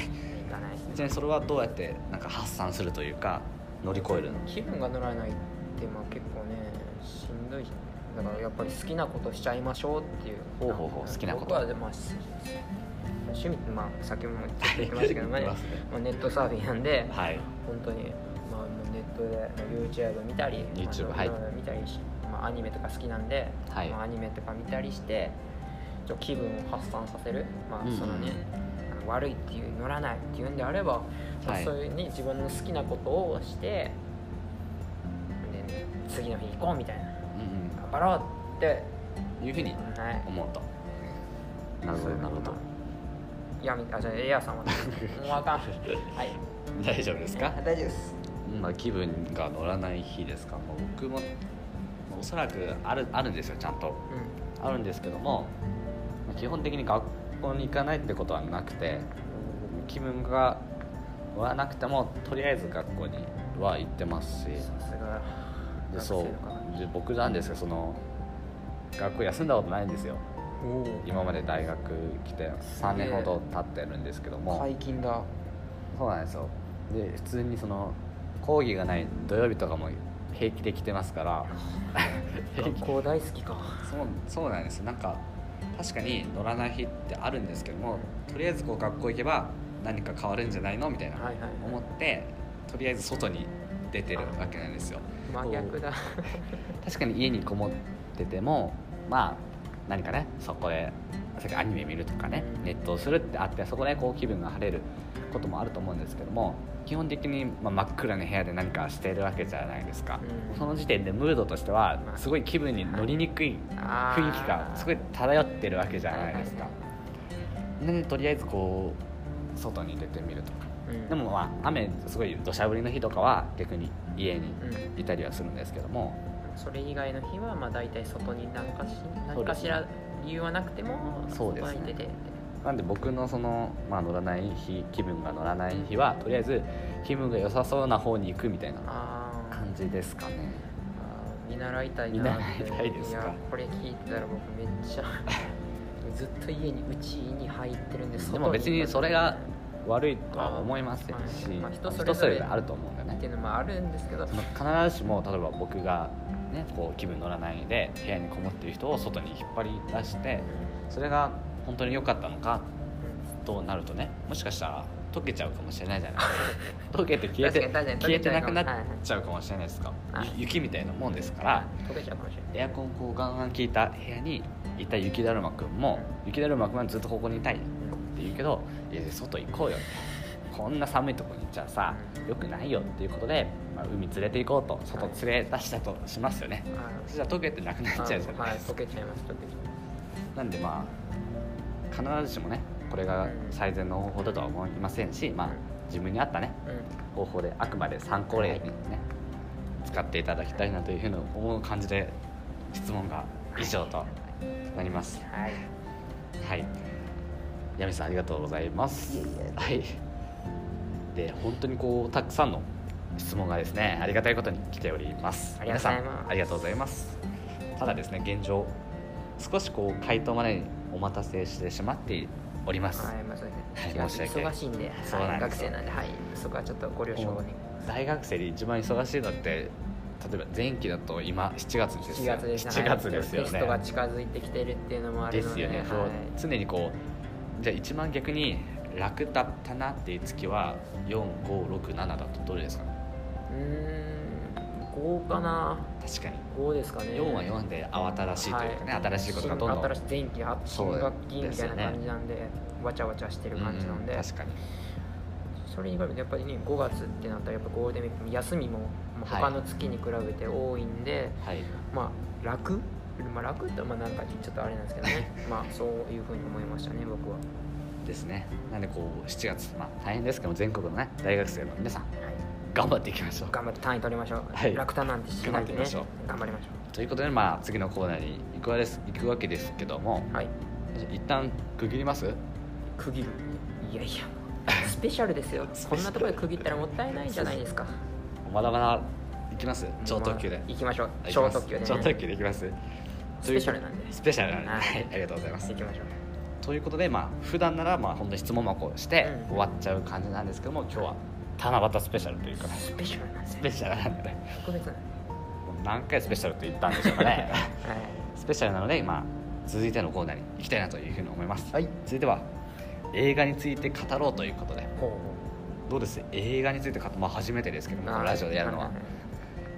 S2: 行かない
S1: ちなみにそれはどうやってなんか発散するというか乗り越えるの
S2: 気分が乗らないってまあ結構ねしんどいだからやっぱり好きなことしちゃいましょうっていう
S1: ほうほうほう好きなこと
S2: 僕はでもまあし趣味ってまあ先もちょっと言ってましたけど
S1: 言
S2: ね
S1: って
S2: ま
S1: ますね
S2: あネットサーフィンなんで
S1: はい
S2: 本当にまあもうネットでまあ YouTube 見たり
S1: YouTube
S2: まあ
S1: はい
S2: ろろ見たりし、まあ、アニメとか好きなんで、
S1: はい
S2: まあ、アニメとか見たりしてちょっと気分を発散させるまあ
S1: うん
S2: そのね、あの悪いっていう乗らないっていうんであれば、まあ
S1: はい
S2: そういうね自分の好きなことをしてで、ね、次の日行こうみたいな
S1: うん
S2: 頑張ろうって、
S1: うんいうふうに
S2: はい、
S1: 思うとなるほどなるほど
S2: いやみあじゃあエアさ んはもうあかんはい
S1: 大丈夫ですか、
S2: 大丈夫です
S1: まあ、気分が乗らない日ですか、まあ、僕もまあおそらくあるあるんですよちゃんとあるんですけどもまあ基本的に学校に行かないってことはなくて気分が乗らなくてもとりあえず学校には行ってますし
S2: うんさすが
S1: で
S2: 学
S1: そう
S2: 生の方
S1: で僕なんですがその学校休んだことないんですよ
S2: お
S1: 今まで大学来て3年ほど経ってるんですけど
S2: お
S1: も
S2: 解禁だ
S1: そうなんですよで普通にその講義がない土曜日とかも平気で来てますから平 気
S2: 学校大好きか
S1: そうそうなんですよなんか確かに乗らない日ってあるんですけどもとりあえずこう学校行けば何か変わるんじゃないのみたいな
S2: はいはい
S1: 思ってとりあえず外に出てるわけなんですよ
S2: 真逆だ
S1: 確かに家にこもっててもまあ何かねそこでそれからアニメ見るとかね
S2: うん
S1: ネットをするってあってそこでこう気分が晴れることもあると思うんですけども基本的にまあ真っ暗な部屋で何かしてるわけじゃないですか、
S2: うん
S1: その時点でムードとしてはすごい気分に乗りにくい
S2: あー
S1: 雰囲気がすごい漂ってるわけじゃないですか
S2: は、
S1: ね、とりあえずこう外に出てみるとか
S2: うん
S1: でもまあ雨すごい土砂降りの日とかは逆に家に
S2: うん
S1: いたりはするんですけども、
S2: それ以外の日はまあ大体外に何かし
S1: そ
S2: 何
S1: うで
S2: か
S1: す
S2: しら理由はなくても
S1: そうですね
S2: 外に出て
S1: なんで僕のその、まあ、乗らない日気分が乗らない日はとりあえず気分が良さそうな方に行くみたいな
S2: あー
S1: 感じですかね
S2: あー見習いたいな
S1: 見習いたいですか
S2: やこれ聞いてたら僕めっちゃ ずっと家にうちに入ってるんで
S1: でも別にそれが悪いとは思いません
S2: あ
S1: し、
S2: ーまあ人それぞれ
S1: 人それぞれあると思うんだよ
S2: っ
S1: ね
S2: ていうのもあるんですけど
S1: その必ずしも例えば僕が、ね、こう気分乗らないで部屋にこもっている人を外に引っ張り出してそれが本当に良かったのかとなるとねもしかしたら溶けちゃうかもしれない じゃないですか溶けて消えて
S2: 確かに確かに
S1: 消えてなくなっ
S2: 溶けちゃうかもはいはい
S1: ちゃうかもしれないですか、
S2: はい
S1: ゆ雪みたいなもんですから
S2: 溶けちゃうかもしれない
S1: エアコンこうガンガン効いた部屋にいた雪だるまくんも雪だるまくんはずっとここにいたいって言うけどいや外行こうよってこんな寒いとこに行っちゃさよくないよっていうことで、まあ、海連れて行こうと外連れ出したとしますよね
S2: あー
S1: そしたら溶けてなくなっちゃうじゃないですか
S2: あーはい、溶けちゃいます溶けちゃい
S1: な
S2: ま
S1: んでまあ必ずしもねこれが最善の方法だとは思いませんし、まあ、自分に合ったね
S2: す、
S1: 方法であくまで参考例にね、使っていただきたいなというふうに思う感じで質問が以上となります
S2: うん、はい
S1: はいヤミさんありがとうございます
S2: いえいえ
S1: はいで本当にこうたくさんの質問がですねありがたいことに来ております
S2: ありがとうございます
S1: 皆さんありがとうございますただですね現状少しこう回答までにお待たせしてしまっております、
S2: はい、まあ、そうですね。
S1: はい申し訳ない
S2: 忙しいんで、はい
S1: そうなんで
S2: 学
S1: す
S2: 生なんで、はい、そこはちょっとご了承をね。
S1: 大学生で一番忙しいのって例えば前期だと今7月です
S2: 7
S1: よ
S2: 月ですね。
S1: 7月ですよ
S2: テ
S1: ね
S2: ストが近づいてきてるっていうのもあ
S1: で
S2: るの
S1: す
S2: で、
S1: よね、そう
S2: はい
S1: 常にこうじゃあ一番逆に楽だったなっていう月は4567だとどれですかね
S2: うーん、五かな、
S1: 確かに
S2: 五ですかね。
S1: 4は4で慌ただしいというかね、
S2: はい
S1: 新しいことがどんどん
S2: 新しい前期、あ
S1: そう
S2: 新学期
S1: で
S2: み
S1: す
S2: た
S1: よ
S2: い
S1: ね
S2: な感じなんで、わちゃわちゃしてる感じなんで、
S1: うん確かに
S2: それに比べてやっぱりね、五月ってなったらやっぱゴールデンウィークも休みも、まあ
S1: はい
S2: 他の月に比べて多いんで。
S1: はい
S2: まあ楽まあ楽ってまあなんかちょっとあれなんですけ どねまあそういうふうに思いましたね僕は、
S1: ですねなんでこう7月まあ大変ですけど全国のね大学生の皆さん頑張っていきましょう
S2: 頑張って単位取りましょう、
S1: はい
S2: 楽単なんてしな
S1: 頑張
S2: いでね
S1: っていきましょ
S2: 頑張りましょ
S1: ということでまあ次のコーナーに行くわです行くわけですけども
S2: うはい
S1: 一旦区切ります
S2: 区切るいや いやスペシャルですよこんなところで区切ったらもったいないじゃないですか
S1: まだまだ行きます 超特急で、
S2: まあ行きましょう
S1: はい
S2: 超特急で、ね、
S1: 超特急で行きます
S2: スペシャルなんで
S1: スペシャルなんで、
S2: はい
S1: はい、ありがとうございます
S2: 行きましょう
S1: ということでまあ普段ならまあ本当に質問箱をして
S2: うん
S1: 終わっちゃう感じなんですけども今日は七夕スペシャルというかね
S2: スペシャルなんで
S1: スペシャルなんでね
S2: 特別なんで
S1: もう何回スペシャルと言ったんでしょうか ね
S2: はい
S1: スペシャルなのでまあ続いてのコーナーに行きたいなというふうに思います、
S2: はい
S1: 続いては映画について語ろうということで
S2: ほうほ
S1: どうです映画について語、まあ、初めてですけど
S2: う
S1: もこのラジオでやるの
S2: い
S1: は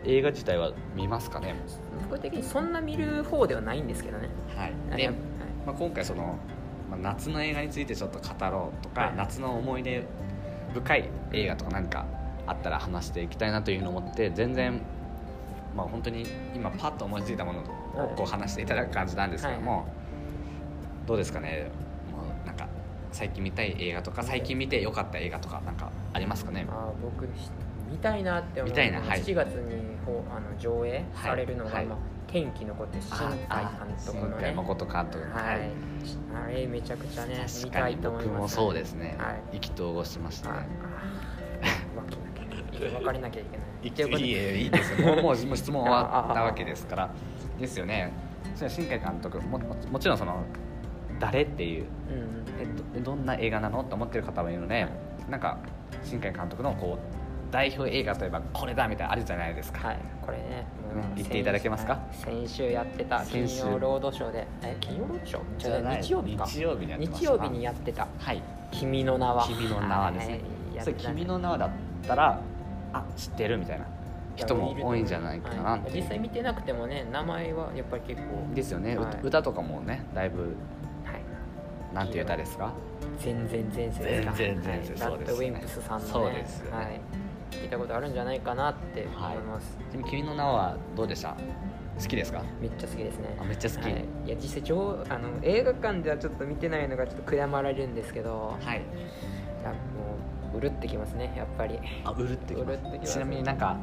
S1: い
S2: い
S1: 映画自体は見ますかね
S2: 僕的にそんな見る方ではないんですけどね
S1: はい
S2: はい
S1: で、まあ、今回その、まあ、夏の映画についてちょっと語ろうとか、
S2: はい
S1: 夏の思い出深い映画とか何かあったら話していきたいなというふうに思って全然まあ本当に今パッと思いついたものをこう
S2: はい
S1: 話していただく感じなんですけども、
S2: は
S1: どうですかねもうなんか最近見たい映画とか最近見て良かった映画とかなんかありますかね
S2: あー僕し見たいなって思う
S1: 見たいなはい
S2: 7月にほあの上映
S1: はい
S2: されるのが、
S1: はい
S2: まあ、天気の子って新
S1: あ
S2: 海
S1: あ
S2: 監督の
S1: 新海
S2: ね
S1: 誠監督の
S2: はい、あれめちゃくちゃね見
S1: 確
S2: た
S1: か
S2: い
S1: に
S2: と思い
S1: 僕
S2: ます、
S1: もそうですね
S2: はい
S1: 意気投合しました
S2: あ
S1: ね
S2: あ分けなきゃ分かれなきゃいけない
S1: いい
S2: ということで
S1: えいい ですよもうもうもう質問終わったわけですからですよねそれは新海監督もももちろんその誰っていう
S2: うんうん
S1: えどえどんな映画なのって思ってる方もいるのでなんか新海監督のこう代表映画といえばこれだみたいなのあるじゃないですか、
S2: はい、これね、
S1: ね
S2: もう
S1: 言っていただけますか
S2: 先週やってた
S1: 先
S2: 金
S1: 週
S2: 曜ロードショーで、え金曜ロードショーじゃない日曜日か
S1: 日曜日にやってまし
S2: 日
S1: た
S2: 曜日にやってた
S1: はい
S2: 「君の名は」
S1: 君の名はですね
S2: はいやっ
S1: そ
S2: て
S1: れ
S2: たね
S1: 君の名はだったらあ知ってるみたいな人も多いんじゃないかな
S2: は
S1: っ
S2: い
S1: てい
S2: 実
S1: う
S2: 際見てなくてもね名前はやっぱり結構
S1: ですよね、う
S2: はい
S1: 歌とかもねだいぶ
S2: はい
S1: なんていう歌ですか
S2: 全然前世ですか
S3: 全然前世
S2: は
S3: そ
S2: い
S3: うですね
S2: ラッドウィンプスさんの、ね、
S1: そうですよね
S2: はい、聞いたことあるんじゃないかなって思います、
S1: ちなみに君の名はどうでした好きですか
S2: めっちゃ好きですね
S1: あめっちゃ好き
S2: はい、いや実際上あの映画館ではちょっと見てないのがちょっと悔やまれるんですけど
S1: はい
S2: いやもううるってきますねやっぱり
S1: あうるってき
S2: うる
S1: ま
S2: ってきます
S1: すちなみになんか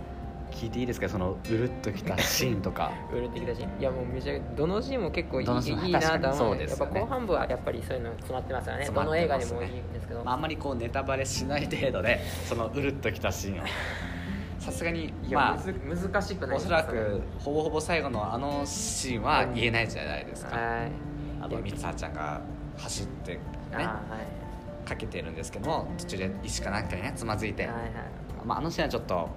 S1: 聞いていいですかそのうるっときたシーンとか
S2: うるってきたしいやもうめちゃどのシーンも結構いい,、
S1: どのシーンも
S2: いいなとは
S1: 確
S2: 思
S1: かにそうですよね
S2: やっぱ後半部はやっぱりそういうの詰まってますよね
S1: 詰ま
S2: どの
S1: って
S2: 映画
S1: ま
S2: です
S1: ね
S2: もいいんですけ ど、
S1: まああんまりこうネタバレしない程度でそのうるっときたシーン をさすがに
S2: いや、
S1: ま
S2: む
S1: あ
S2: ず難しくない
S1: おそらくほぼほぼ最後のあのシーンは言えないじゃないですか、
S2: はい
S1: あの三葉ちゃんが走ってね
S2: あーはい
S1: かけてるんですけども途中で石かなんかにねつまずいて、
S2: はいはい
S1: まあ、あのシーンはちょっと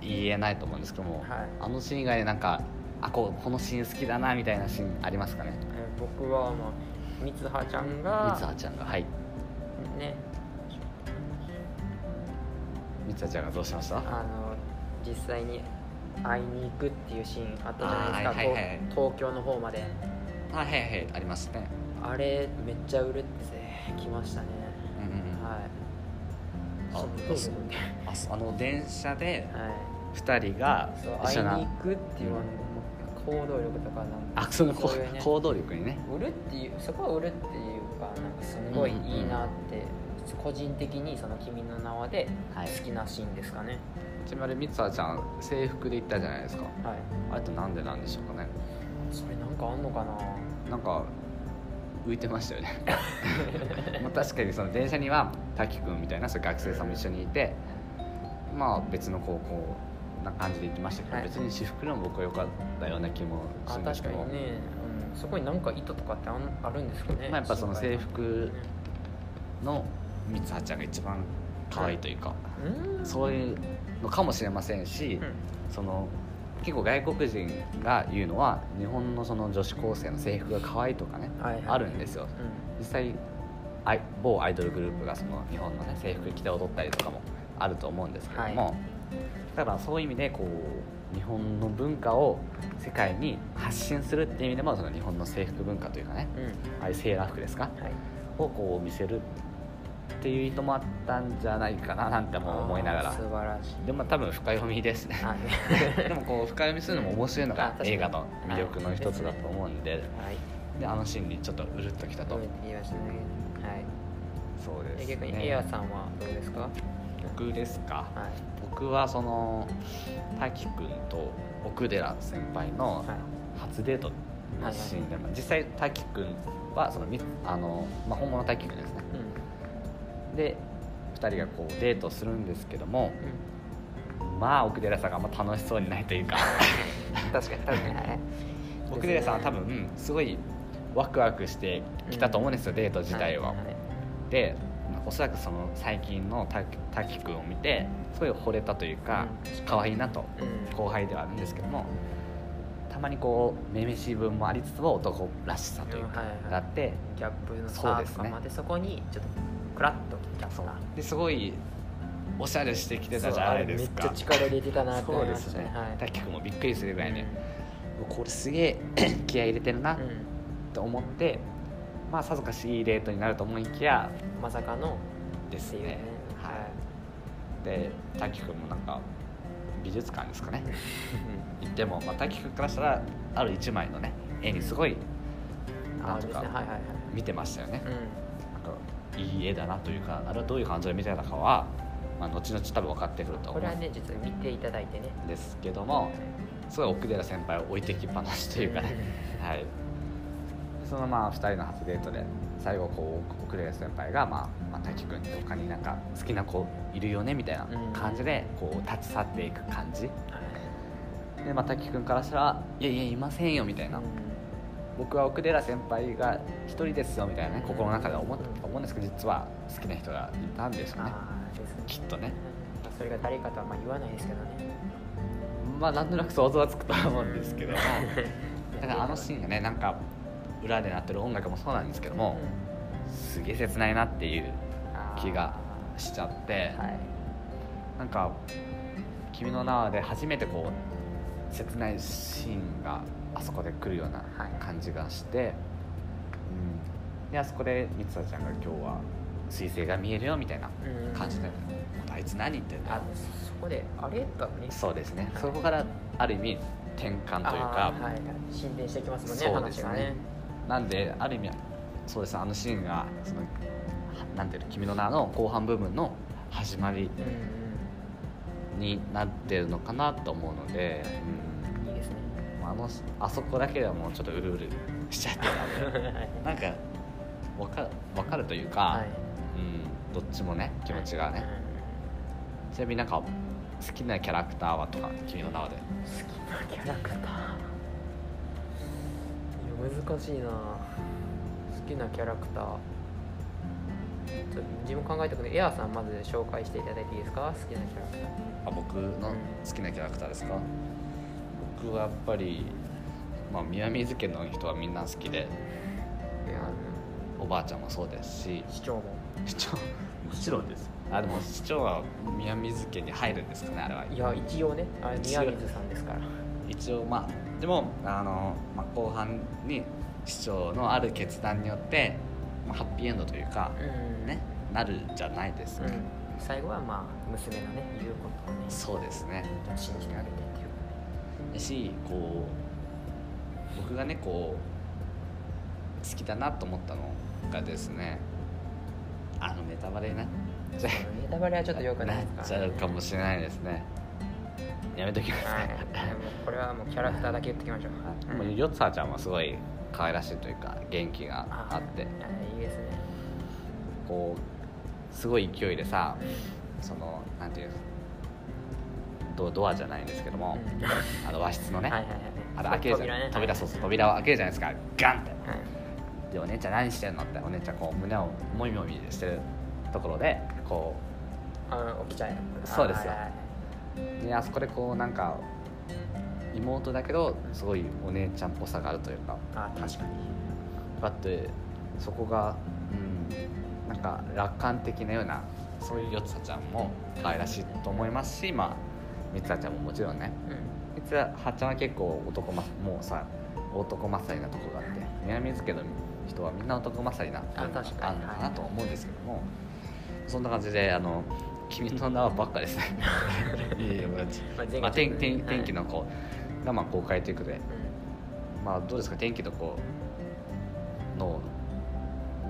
S1: 言えないと思うんですけども、
S2: はい
S1: あのシーン以外でなんかあこうこのシーン好きだなみたいなシーンありますかね
S2: えー僕はまあみつはちゃん
S1: 三
S2: が
S1: 葉ちゃんがはい
S2: ね
S1: 三葉ちゃんがどうしました
S2: あの実際に会いに行くっていうシーンあったじゃないですか、
S1: あーはいはいはい
S2: 東東京の方まで
S1: はいはいはいありますね
S2: あれめっちゃうるってきましたね
S1: うんうんうん
S2: はい
S1: あ
S2: そう
S1: そう
S2: そうね
S1: あそうあの電車で
S2: はい
S1: 2人が
S2: そう会
S1: 一緒
S2: いに
S1: な
S2: 行くっていうのはねもう行動力とかなんか
S1: あそのこ
S2: そういうね
S1: 行動力にね
S2: 売るっていうそこは売るっていうかなんかすごいいいなって、個人的にその「君の名は」で
S1: はい
S2: 好きなシーンですかね、
S1: ちなみに三葉ちゃん制服で行ったじゃないですか
S2: はい
S1: あれってなんでなんでしょうかね
S2: それなんかあんのかな
S1: なんか浮いてましたよねまあ確かにその電車には滝君みたいなそういう学生さんも一緒にいてまあ別の高校な感じで行ってましたけど、
S2: はい
S1: 別に私服でも僕は良かったような気もす
S2: あ
S1: るんです
S2: 確
S1: け
S2: か
S1: ど
S2: にね、うん、そこになんか意図とかってあんあるんですかね
S1: まあ、やっぱその制服
S2: 心配
S1: の三葉ちゃんが一番可愛いというか、
S2: なうん
S1: そういうのかもしれませんし、
S2: うん
S1: その結構外国人が言うのは日本のその女子高生の制服が可愛いとかね、
S2: はいはい
S1: あるんですよ
S2: うん
S1: 実際アイ某アイドルグループがその日本の、ね、制服着て踊ったりとかもあると思うんですけども、
S2: は
S1: だからそういう意味でこう日本の文化を世界に発信するっていう意味でもその日本の制服文化というかね
S2: うん
S1: ああいうセーラー服ですか
S2: はい
S1: をこう見せるっていう意図もあったんじゃないかななんても思いなが
S2: あー
S1: ら
S2: 素晴らしい
S1: でも多分深読みです ね
S2: はい
S1: でもこう深読みするのも面白いの
S2: あ
S1: が
S2: 確かに
S1: 映画の魅力の一つだと思うんで
S2: はい
S1: であのシーンにちょっとうるっときたと、
S2: うん言いましたねはい
S1: そう
S2: え
S1: です
S2: 逆に
S1: ね
S2: エアさんはどうですかはい
S1: 僕ですか僕はその滝君と奥寺先輩の
S2: はい
S1: 初デートのシーンで、まあ実際滝君はそのみあの、まあ、本物の滝君ですね
S2: うん
S1: で2人がこうデートするんですけどもまあ奥寺さんがあんま楽しそうにないという か
S2: うん確かに確かにはい
S1: 奥寺さんは多分すごいワクワクしてきたと思うんですよ、デート自体は、
S2: いい
S1: でまあおそらくその最近の滝滝君を見てすごい惚れたというか、可愛いなと
S2: うん
S1: 後輩ではあるんですけどもたまにこう女々しい部分もありつつも男らしさというか
S2: うんはいはい
S1: があって
S2: ギャップの
S1: そう
S2: 差
S1: で
S2: と
S1: す
S2: か
S1: ね
S2: までそこにちょっとクラッとギャップが
S1: ですごいおしゃれしてきてたじゃないですか
S2: そうあれめっちゃ力入れてたなって
S1: そ
S2: 思
S1: う
S2: い
S1: で
S2: まし
S1: す
S2: たね
S1: ね
S2: はい
S1: 滝君もびっくりするぐらいねこれすげえ 気合い入れてるな
S2: うん
S1: と思ってまあさぞかしいいデートになると思いきや
S2: まさかの
S1: で
S2: っ
S1: す
S2: ていうね
S1: ねはいで滝君もなんか美術館ですかね行っても、まあ、滝君からしたらある一枚のね絵にすごい
S2: あ
S1: な
S2: あ
S1: ん
S2: で
S1: と
S2: すね
S1: か
S2: はいはいはい
S1: 見てましたよね
S2: うん
S1: なんかいい絵だなというかあれはどういう感情で見てたかは、まあ、後々多分分かってくると
S2: こ
S1: 思
S2: れは
S1: う
S2: ね実は見ていただいてね
S1: んですけどもすごい奥寺先輩を置いてきっぱなしというか ね、はい、そのまあ2人の初デートで最後こう奥寺先輩が、まあまあ、滝君って他になんか好きな子いるよねみたいな感じでこう立ち去っていく感じ
S2: はい
S1: で、まあ、滝君からしたら「いやいやいませんよ」みたいな
S2: うん
S1: 僕は奥寺先輩が一人ですよみたいなね心の中で思って思うんですけど実は好きな人がいたんでしょうね
S2: ああですね
S1: きっとね
S2: まあそれが誰かとはまあ言わないですけどね
S1: まあなんとなく想像はつくとは思うんですけどもだからあのシ
S2: ーン
S1: ーンがねなんか裏で鳴ってる音楽もそうなんですけどもすげえ切ないなっていう気がしちゃって、
S2: はい
S1: なんか「君の名は」で初めてこう切ないシーンがあそこで来るような
S2: はい
S1: 感じがして、うん、であそこで三田ちゃんが今日は彗星が見えるよみたいな
S2: うん
S1: 感じで「あいつ何言ってんだ
S2: あ」そこであれだね
S1: そうですね
S2: はい
S1: そこからある意味転換というか、
S2: あーはいはい、進展してきますもんね
S1: そうです
S2: 話
S1: ね
S2: がね
S1: なんである意味そうですあのシーンがそのなんていうの「君の名」の後半部分の始まり
S2: うん
S1: になってるのかなと思うので、
S2: うんいい ですね
S1: うんあのあそこだけではもうちょっとうるうるしちゃって
S2: はい
S1: なんかわかわかるというか、
S2: はい
S1: うん、どっちもね気持ちがね、
S2: う
S1: ちなみになんか好きなキャラクターはとか君の名はで
S2: ん好きなキャラクターいや難しいな好きなキャラクターちょっと自分考えてくねエアーさんまず紹介していただいていいですか好きなキャラクター
S1: あ僕の好きなキャラクターですか僕はやっぱり、まあ、宮水家の人はみんな好きで
S2: いや
S1: おばあちゃんもそうですし
S2: 市長も
S1: 市長もちろんですあでも市長は宮水家に入るんですかねあれはい
S2: や一応ねあれ
S1: 一応
S2: 宮水さんですから
S1: 一応まあでもあの、まあ、後半に市長のある決断によって、まあ、ハッピーエンドというか、
S2: うん
S1: ね、なるじゃないです
S2: う
S1: か、
S2: ん最後はまあ娘のね言うことをね
S1: そうですね
S2: 信じてあげてっていう
S1: だしこう僕がねこう好きだなと思ったのがですねあのネタバレになっちゃ
S2: ネタバレは ちょっと良くない
S1: な
S2: で
S1: っ
S2: す
S1: ち
S2: か
S1: ゃ
S2: ら
S1: う
S2: ね
S1: かもしれないですねやめときます
S2: はい
S1: ね、
S2: もうこれはもうキャラクターだけ言ってきましょう
S1: でもヨッツァーちゃんはすごい可愛らしいというか元気があって
S2: はいいいですね
S1: こうすごい勢いでさそのなんていうドドアじゃないんですけども、
S2: うん
S1: あの和室のね、
S2: はいはいはい
S1: あれ開けるじゃん
S2: 扉ね
S1: 扉そうそう扉を開けるじゃないですかガンって
S2: はい
S1: でお姉ちゃん何してんのってお姉ちゃんこう胸をもみもみしてるところでこ
S2: あの起きちゃうよ
S1: そうですよ
S2: はいはいはいう
S1: であそこでこうなんか妹だけどすごいお姉ちゃんっぽさがあるというか
S2: あ確かに
S1: だってそこが、うん、なんか楽観的なようなそういうよつさちゃんも可愛らしいと思いますしまあみつはちゃんももちろんね
S2: うん
S1: みつははっちゃんは結構男まもうさ男勝りなとこがあって南水家の人はみんな男勝りな部分が
S2: 確
S1: あ
S2: か
S1: る
S2: に
S1: のかなと思うんですけどもそんな感じであの君の名はばっかです ねいえいえもう
S2: まあ前回
S1: まあ、天
S2: ちょ
S1: 天
S2: っとね
S1: 天気の子がまあ公開ということでまあどうですか天気の子の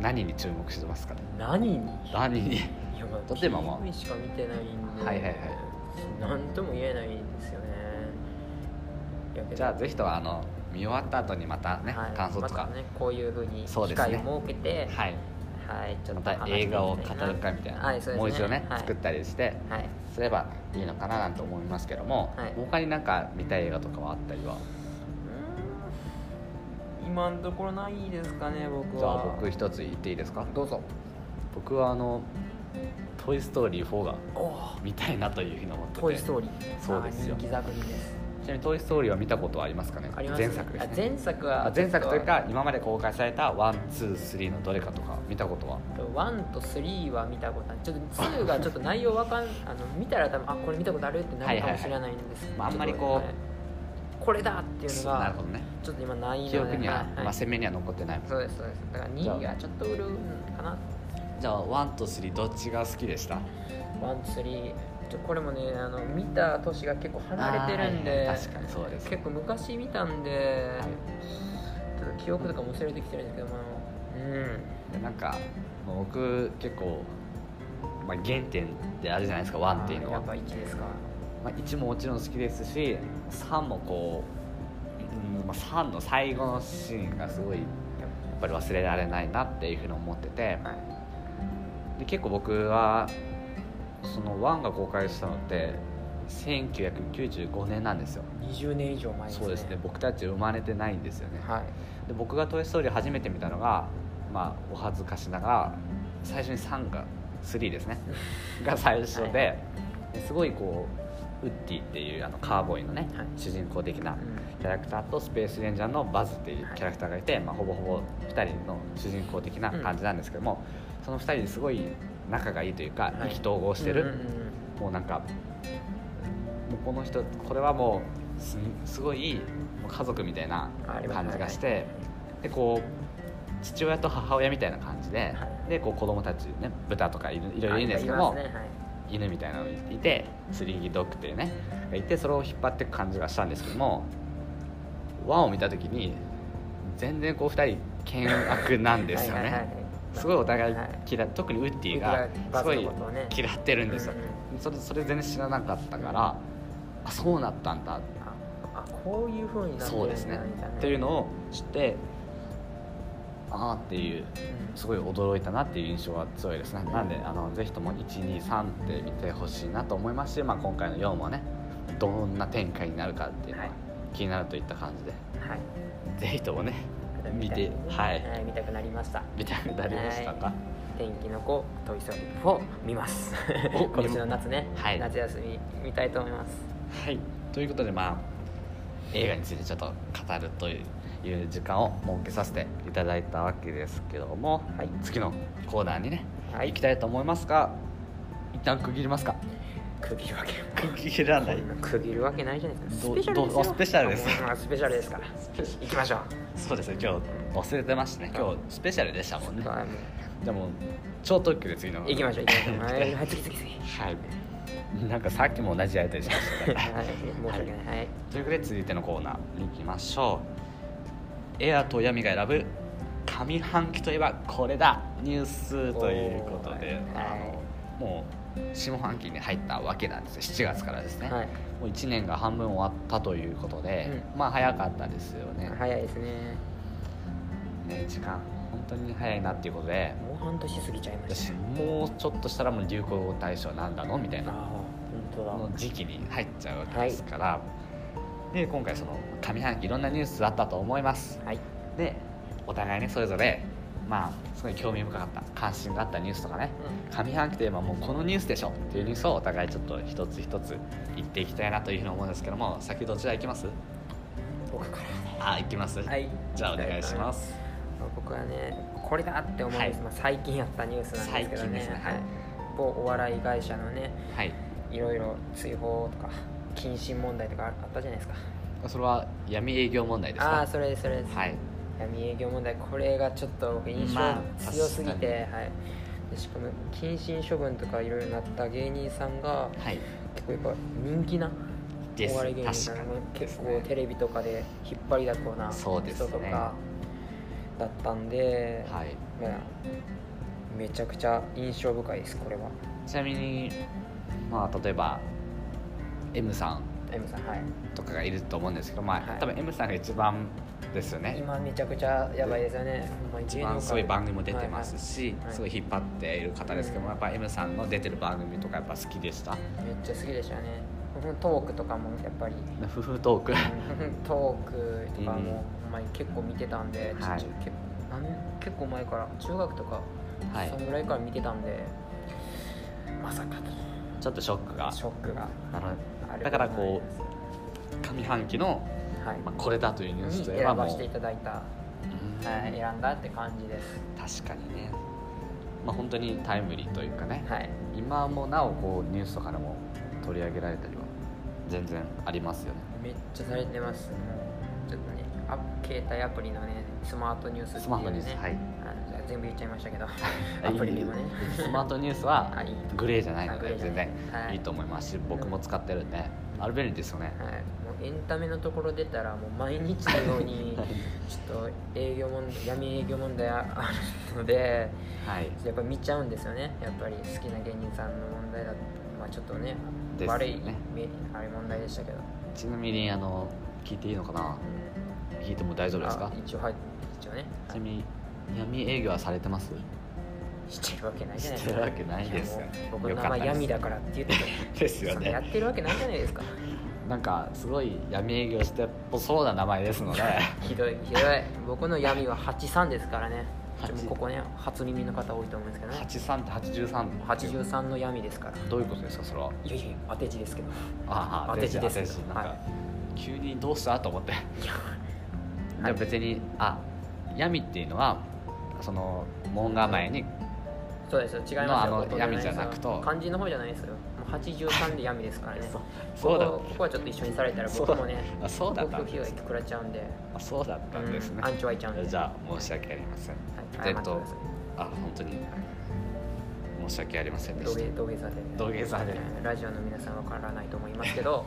S1: 何に注目してます かね
S2: うん何に
S1: 何に
S2: いやまあ
S1: 例えばまあ
S2: TV しか見てないんで
S1: はいはいはい
S2: 何とも言えないんですよねいやけど
S1: じゃあぜひとはあの見終わった後にまたね、
S2: はい
S1: 感想とか、
S2: またねこういうふうに機
S1: そうです
S2: 会
S1: ね
S2: を設けて
S1: はい
S2: はいちょっ
S1: ま
S2: と話
S1: た
S2: してい
S1: 映
S2: きた
S1: 画を
S2: い
S1: 語
S2: な
S1: る会みたいな、
S2: はいそうですね
S1: もう一度ね、
S2: はい
S1: 作ったりして
S2: はい
S1: すればいいのかななんて思いますけども、
S2: はい
S1: 他になんか見たい映画とかはあったりは
S2: うーん今のところないですかね僕は
S1: じゃあ僕一つ言っていいですか
S2: どうぞ
S1: 僕はあの「トイ・ストーリー4」が
S2: おお
S1: 見たいなというふうに思ってて
S2: トイ・ス
S1: ー
S2: トーリー
S1: そうですよ
S2: あ人気作品です
S1: リーちなみに「トイ・ストーリー」は見たことはありますかね
S2: あります
S1: 前作です、ね
S2: あ、前作は
S1: あ前作というか今まで公開された123のどれかとか見たことは
S2: 1と3は見たことあるちょっと2がちょっと内容わ かんあの見たら多分あこれ見たことあるってなるかもしれないんですけど
S1: はいはいはいまああんまりこう
S2: はいこれだっていうの
S1: なる
S2: が
S1: ほどね
S2: ちょっと今ないので
S1: 記憶には、
S2: いい
S1: まあ、鮮明には残ってない
S2: そうですそうですだから
S1: じゃあ
S2: 2がちょっと売るかな
S1: じゃあ1と3どっちが好きでした
S2: ワン、ツリー。ちょこれもね、あの見た年が結構離れてるんで、
S1: あーはいはい確かにそうですね
S2: 結構昔見たんで、
S1: はい
S2: ちょっと記憶とかも忘れてきてるんですけども、うん、
S1: でなんかもう僕結構、まあ、原点ってあるじゃないですか1っていうの
S2: や
S1: は、
S2: っ
S1: ま
S2: ぱ1ですか。
S1: あ、1ももちろん好きですし3もこう、うんまあ、3の最後のシーンがすごいやっぱり忘れられないなっていうふうに思ってて
S2: はい、
S1: で結構僕はその1が公開したのって1995年なんですよ
S2: 20年以上前ですね
S1: そうですね僕たち生まれてないんですよね、
S2: はい
S1: で僕が「トイ・ストーリー」初めて見たのがまあお恥ずかしながら最初に3が3です ねが最初で,、ですごいこうウッディっていうあのカーボーイのね、
S2: はい
S1: 主人公的な
S2: うん
S1: キャラクターとスペースレンジャーのバズっていうキャラクターがいて、まあ、ほぼほぼ2人の主人公的な感じなんですけども、その2人ですごい仲がいいというか
S2: はい
S1: 意気投合してる、
S2: うんうん
S1: もうなんかもうこの人これはもうすすごいもう家族みたいな
S2: あります
S1: 感じがして、でこう父親と母親みたいな感じで,、
S2: はい
S1: でこう子供たちね豚とかいろい
S2: うん
S1: ろいるんですけど
S2: あ
S1: も、
S2: りますねはい
S1: 犬みたいなのがいてスリードッグっていうねがいてそれを引っ張っていく感じがしたんですけどもワンを見た時に全然こう2人険悪なんですよ
S2: はいはいは
S1: ね
S2: い
S1: すごいお互い
S2: は
S1: 嫌い特にウッディ
S2: ウ
S1: が
S2: ッディが
S1: すごい
S2: バズのことをね
S1: 嫌ってるんですよ
S2: うん
S1: それそれ全然知らなかったからあそうなったんだ
S2: ああこういうふうになって
S1: そ
S2: るんだ
S1: うですね
S2: みたいな
S1: っていうのを知ってああっていう
S2: うん
S1: すごい驚いたなっていう印象が強いですねなんであのぜひとも123って見てほしいなと思いますし、まあ、今回の4もねどんな展開になるかっていうのは
S2: はい
S1: 気になるといった感じで、
S2: はい
S1: ぜひともね見てはい
S2: い見たくなりました
S1: 見たくなりましたか
S2: 天気の子トイストーリー4見ます
S1: お
S2: 今年の夏ね、
S1: はい
S2: 夏休み見たいと思います
S1: はいということでまあ映画についてちょっと語るといういう時間を設けさせていただいたわけですけども、
S2: はい
S1: 次のコーナーにね、
S2: はい
S1: 行きたいと思いますが一旦区切りますか
S2: 区切るわけ
S3: 区切らない
S2: 区切るわけないじゃないですか
S1: ど
S2: スペシャルですよ
S1: どあスペシャルです
S2: もうまあスペシャルですから行きましょう
S1: そうですね今日忘れてましたね今日スペシャルでしたもんね
S2: はい
S1: でも超特急で次の
S2: 行きましょう行きましょうは
S1: はいい、
S2: はい次次次
S1: はい、なんかさっきも同じやりたりしました
S2: は
S1: ね
S2: い申し訳ないはい
S1: ということで続いてのコーナーに行きましょうエアと闇が選ぶ上半期といえばこれだニュースということで、
S2: おー
S1: あのもう下半期に入ったわけなんですよ7月からですね、
S2: はい
S1: もう1年が半分終わったということで、まあ早かったですよね,、
S2: 早いですね
S1: ね時間本当に早いなっていうことで
S2: もう半年過ぎちゃいまし
S1: 私
S2: たね
S1: もうちょっとしたらもう流行語大賞なんだのみたい
S2: ああ
S1: な
S2: 本
S1: の時期に入っちゃうわけですから、で今回その上半期いろんなニュースあったと思います
S2: 当だはい
S1: でお互いねそれぞれまあすごい興味深かった関心があったニュースとかね上半期といえばもうこのニュースでしょっていうニュースをお互いちょっと一つ一つ言っていきたいなというふうに思うんですけども先どちら行きます
S2: 僕から
S1: あ行きます、
S2: はい
S1: じゃあお願いします
S2: 僕はねこれだって思うんです、
S1: はい
S2: まあ、最近やったニュースなんですけど
S1: 最近で
S2: ね
S1: すねは
S2: はいい、某お笑い会社のね
S1: はい
S2: いろいろ追放とか謹慎問題とかあったじゃないですか
S1: それは闇営業問題です
S2: あ
S1: か
S2: あーそれですそれです、
S1: はい
S2: 闇営業問題これがちょっと僕印象
S1: まあ
S2: 強すぎて、
S1: 確
S2: はいでしかも謹慎処分とかいろいろなった芸人さんが
S1: はい
S2: 結構やっぱ人気なお
S1: です
S2: 笑い芸人さん
S1: 確か
S2: も
S1: に
S2: 結
S1: です
S2: 構
S1: ね
S2: テレビとかで引っ張りだこな
S1: そ
S2: 人
S1: うです
S2: と
S1: ね
S2: かだったんで
S1: はい
S2: まあ、めちゃくちゃ印象深いですこれは
S1: ちなみにまあ例えば M さん
S2: M さんはい
S1: とかがいると思うんですけどまあ、
S2: はい
S1: 多分 M さんが一番ですよね
S2: 今めちゃくちゃやばいですよねほんまに
S1: 一
S2: 芸能
S1: 番
S2: 界
S1: すごい番組も出てますし、
S2: はいはい
S1: すごい引っ張っている方ですけども、
S2: うん
S1: やっぱ M さんの出てる番組とかやっぱ好きでした
S2: はいめっちゃ好きでしたねほんとトークとかもやっぱり
S1: 夫婦トーク
S2: トークとか
S1: うん
S2: もほんまに結構見てたんで、ちっちゃ
S1: はい
S2: い結構なん結構前から中学とか、
S1: はい
S2: そのぐらいから見てたんでまさかと
S1: ちょっとショックが
S2: ショックが
S1: なるほ
S2: ある
S1: だからこど上半期の、
S2: はい
S1: まあ、これだというニュース
S2: に
S1: といえば
S2: 選
S1: もう、
S2: ばせていただいた、は
S1: うん
S2: い、選んだって感じです
S1: 確かにねまあ本当にタイムリーというかね、
S2: はい
S1: 今もなおこうニュースとかでも取り上げられたりは全然ありますよね
S2: めっちゃされてますもうちょっとねアップ携帯アプリのねスマートニュースっていうね
S1: スマートニュース はい
S2: あのじゃあ全部言っちゃいましたけど アプリでもね
S1: スマートニュースは
S2: はい
S1: グレーじゃない
S2: あ
S1: の
S2: グ
S1: で
S2: レーじゃ
S1: 全
S2: ない
S1: 然
S2: はい
S1: いいと思いますし僕も使ってるんであれ便利ですよね
S2: はい、もうエンタメのところ出たらもう毎日のよ うにちょっと営業問題闇営業問題あるので
S1: はい
S2: やっぱ見ちゃうんですよねやっぱり好きな芸人さんの問題だとまあちょっとね
S1: ですよね
S2: 悪いめあれ問題でしたけど
S1: ちなみにあの聞いていいのかな聞いても大丈夫ですか
S2: あ一応はい一応ね
S1: ちなみに闇営業はされてます
S2: してるわけないじゃない
S1: してるわけないですよ
S2: やもう僕の
S1: よ
S2: 名
S1: かっ
S2: 前
S1: たです
S2: 闇だからって言って
S1: です よ
S2: そんなや
S1: ね
S2: ってるわけないじゃな いですか
S1: なんかすごい闇営業してっぽそうな名前ですので
S2: ひどいひどい僕の闇は83ですからね
S1: 八
S2: でもここね初耳の方多いと思うんですけどね
S1: 83って83
S2: 83の闇ですから
S1: どういうことですかそれはい
S2: やいや当て字ですけど
S1: ああ
S2: 当て字です
S1: 当て字なんか、
S2: はい
S1: 急にどうしたと思って
S2: いや
S1: でも別にあ闇っていうのはその門構えに
S2: そうですよ違
S1: の
S2: い
S1: あ
S2: ますよ
S1: の
S2: ことないで
S1: 闇
S2: すよ
S1: じゃなくと
S2: 漢字の方じゃないですよもう83で闇ですからね
S1: そう
S2: こ
S1: そうだ
S2: こここはちょっと一緒にされたら僕もね
S1: あそうだったん
S2: 僕費
S1: で
S2: 用
S1: すね
S2: 食らっちゃうんで
S1: あそうだったんですね
S2: うんアンチ湧いちゃうんで
S1: じゃあ申し訳ありません
S2: はい
S1: えっと
S2: 謝ってください
S1: あ本当に申し訳ありませんで
S2: 土
S1: した
S2: 下土下座で
S1: 土下座で
S2: うんラジオの皆さんわからないと思います けど
S1: 本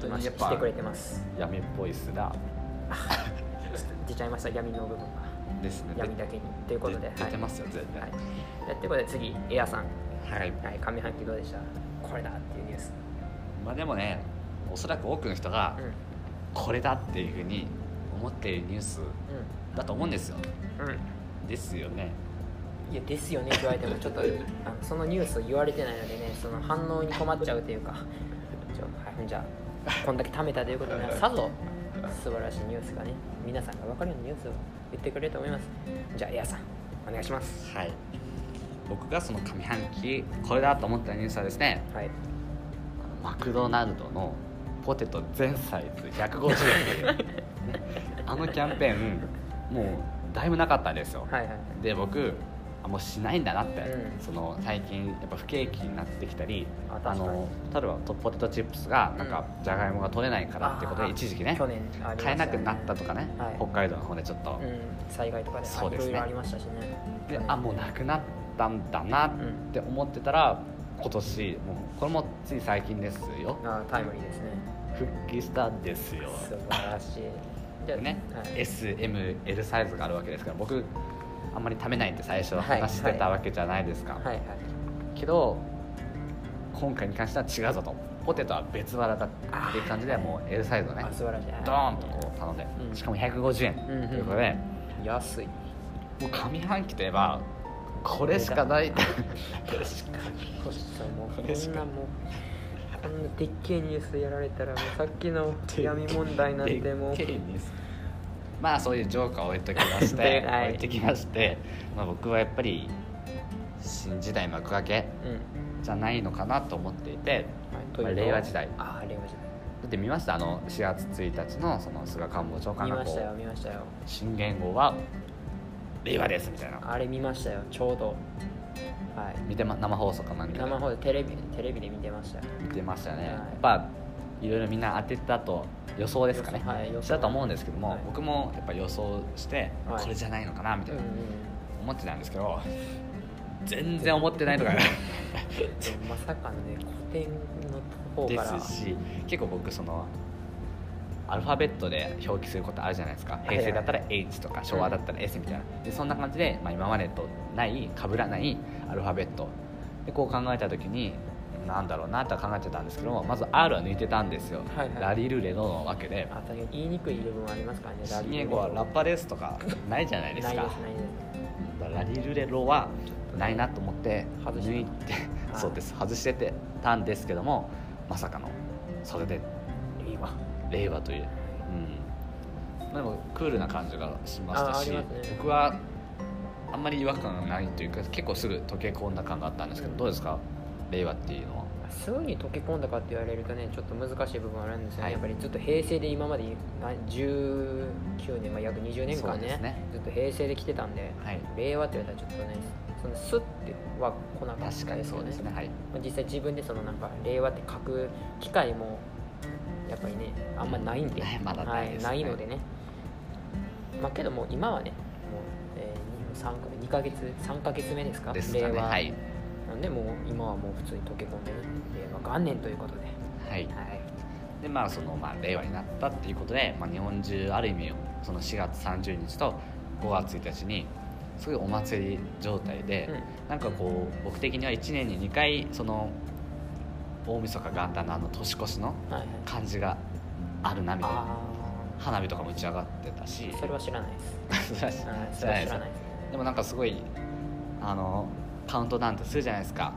S1: 当
S2: 今
S1: に
S2: し
S1: やっぱ
S2: てくれ てます
S1: 闇っぽいっすな
S2: 出ちゃいました闇の部分が
S1: ですね
S2: 闇だけにということで
S1: 出出てますすよ全然
S2: はいということで次エアさん
S1: はい
S2: はい上半期どうでしたこれだっていうニュース
S1: まあでもねおそらく多くの人が
S2: うん
S1: これだっていうふうに思っているニュースだと思うんですよ
S2: うんうん
S1: ですよね
S2: いやですよねって言われてもちょっとあのそのニュースを言われてないのでねその反応に困っちゃうというかちょ、はい、じゃあこんだけ貯めたということでさぞ素晴らしいニュースがね皆さんが分かるようなニュースを言ってくれると思いますじゃあエアさんお願いします
S1: はい僕がその上半期これだと思ったニュースはですね
S2: はい
S1: マクドナルドのポテト全サイズ150円とい うねあのキャンペーンもうだいぶなかったんですよ、
S2: はいはいはい
S1: で僕あもうしないんだなって、
S2: うん
S1: その最近やっぱ不景気になってきたり
S2: あ確か
S1: あ
S2: に
S1: の例えばポテトチップスがなんかじゃがいもが取れないからっていうこと
S2: あ
S1: で
S2: ー
S1: 一時期ね
S2: 去年ありましたね
S1: 買えなくなったとかね、
S2: はい
S1: 北海道の方でちょっと、
S2: うん災害とかで
S1: そうですね
S2: いろいろありましたしね
S1: であもうなくなったんだなって思ってたら今年もうこれもつい最近ですよ
S2: あータイムリーですね
S1: 復帰したんですよ
S2: 素晴らしいじゃあ
S1: ね、
S2: はい
S1: SML サイズがあるわけですから僕あんまり食べないって最初話してたわけじゃないですか、
S2: はいはい
S1: けど今回に関しては違うぞとポテトは別腹だっていう感じでもう L サイズをね
S2: あ素晴らしい
S1: ドーンとこう頼んで、
S2: うん
S1: しかも150円
S2: うんうん
S1: ということで、
S2: 安い
S1: もう上半期といえばこれしかない
S2: こそもうこん
S1: 嬉しか
S2: なもうこんなでっけえニュースやられたらもうさっきの闇問題なんてもう
S1: でっけえニュースまあそういうジョーカーを置いときまして、
S2: で はい
S1: 置いてきまして、まあ、僕はやっぱり新時代幕開け
S2: うんはい
S1: じゃないのかなと思っていて
S2: というと
S1: 令和時代
S2: ああ令和時
S1: だって見ましたあの4月1日のその菅官房長
S2: 代
S1: 官
S2: 見
S1: が
S2: ま
S1: こ
S2: したよ
S1: う
S2: 見ましたよ
S1: 新元号は令和ですみたいな
S2: あれ見ましたよちょうどはい
S1: 見て、ま、生放送かなんか
S2: 生
S1: で
S2: 放送テレビテレビで見てましたよ
S1: 見てました
S2: は
S1: ね
S2: い
S1: やっぱいろいろみんな当てたと予想ですかね
S2: はい予想
S1: したと思うんですけども、
S2: はい
S1: 僕もやっぱ予想して、
S2: はい
S1: これじゃないのかなみた
S2: う
S1: い
S2: ん
S1: な
S2: う、ん
S1: 思ってたんですけど全然思ってない のが
S2: でもまさかのね古典の方
S1: で
S2: から
S1: すし結構僕そのアルファベットで表記することあるじゃないですか
S2: はい
S1: 平成だったら H とか昭和だったら S みたいなでそんな感じで、まあ、今までとない被らないアルファベットでこう考えた時になんだろうなとは考えてたんですけどまず R は抜いてたんですよ、
S2: はいはい
S1: ラリルレドのわけで
S2: あ確かに言いにくい部分はありますからねラリ
S1: 新
S2: ー
S1: 英語はラッパですとかないじゃないです
S2: ない
S1: か
S2: ですないです
S1: だからラリルレロはないなと思って
S2: 外して
S1: 抜いて
S2: あー
S1: そうです外しててたんですけどもまさかのそれで
S2: 令和
S1: 令和という、うん、でもクールな感じがしましたし、
S2: あーありますね
S1: 僕はあんまり違和感がないというか結構すぐ溶け込んだ感があったんですけどどうですか令和っていうのは
S2: すぐに溶け込んだかって言われるとねちょっと難しい部分はあるんですよね、
S1: はい
S2: やっぱりずっと平成で今まであ19年、まあ、約20年
S1: そ
S2: 間
S1: うで
S2: ね
S1: すね
S2: ずっと平成で来てたんで
S1: はい
S2: 令和って言われたらちょっとねそのスッては来なかったです
S1: 確
S2: よ
S1: かにそうですねはい
S2: まあ実際自分でそのなんか令和って書く機会もやっぱりねあんまないん で、
S1: ねまだないですね
S2: はい、ないのでねまあけどもう今はねもう、えー、3か2ヶ月3ヶ月目ですか
S1: ですかね
S2: 令和
S1: はい、
S2: なんでもう今はもう普通に溶け込んでね令和元年ということで
S1: はい、
S2: はい
S1: でまあそのまあ令和になったっていうことで、まあ、日本中ある意味その4月30日と5月1日にすごいお祭り状態で、なんかこう僕的には1年に2回その大晦日元旦のあの年越しの
S2: はいはい
S1: 感じがあるなみたいな
S2: あ
S1: 花火とかも打ち上がってたし
S2: あそれは知らないです
S1: それは知
S2: うん
S1: 知
S2: そ
S1: らな
S2: れはい 知
S1: です
S2: らないです
S1: でもなんかすごいあのカウントダウンとするじゃないですか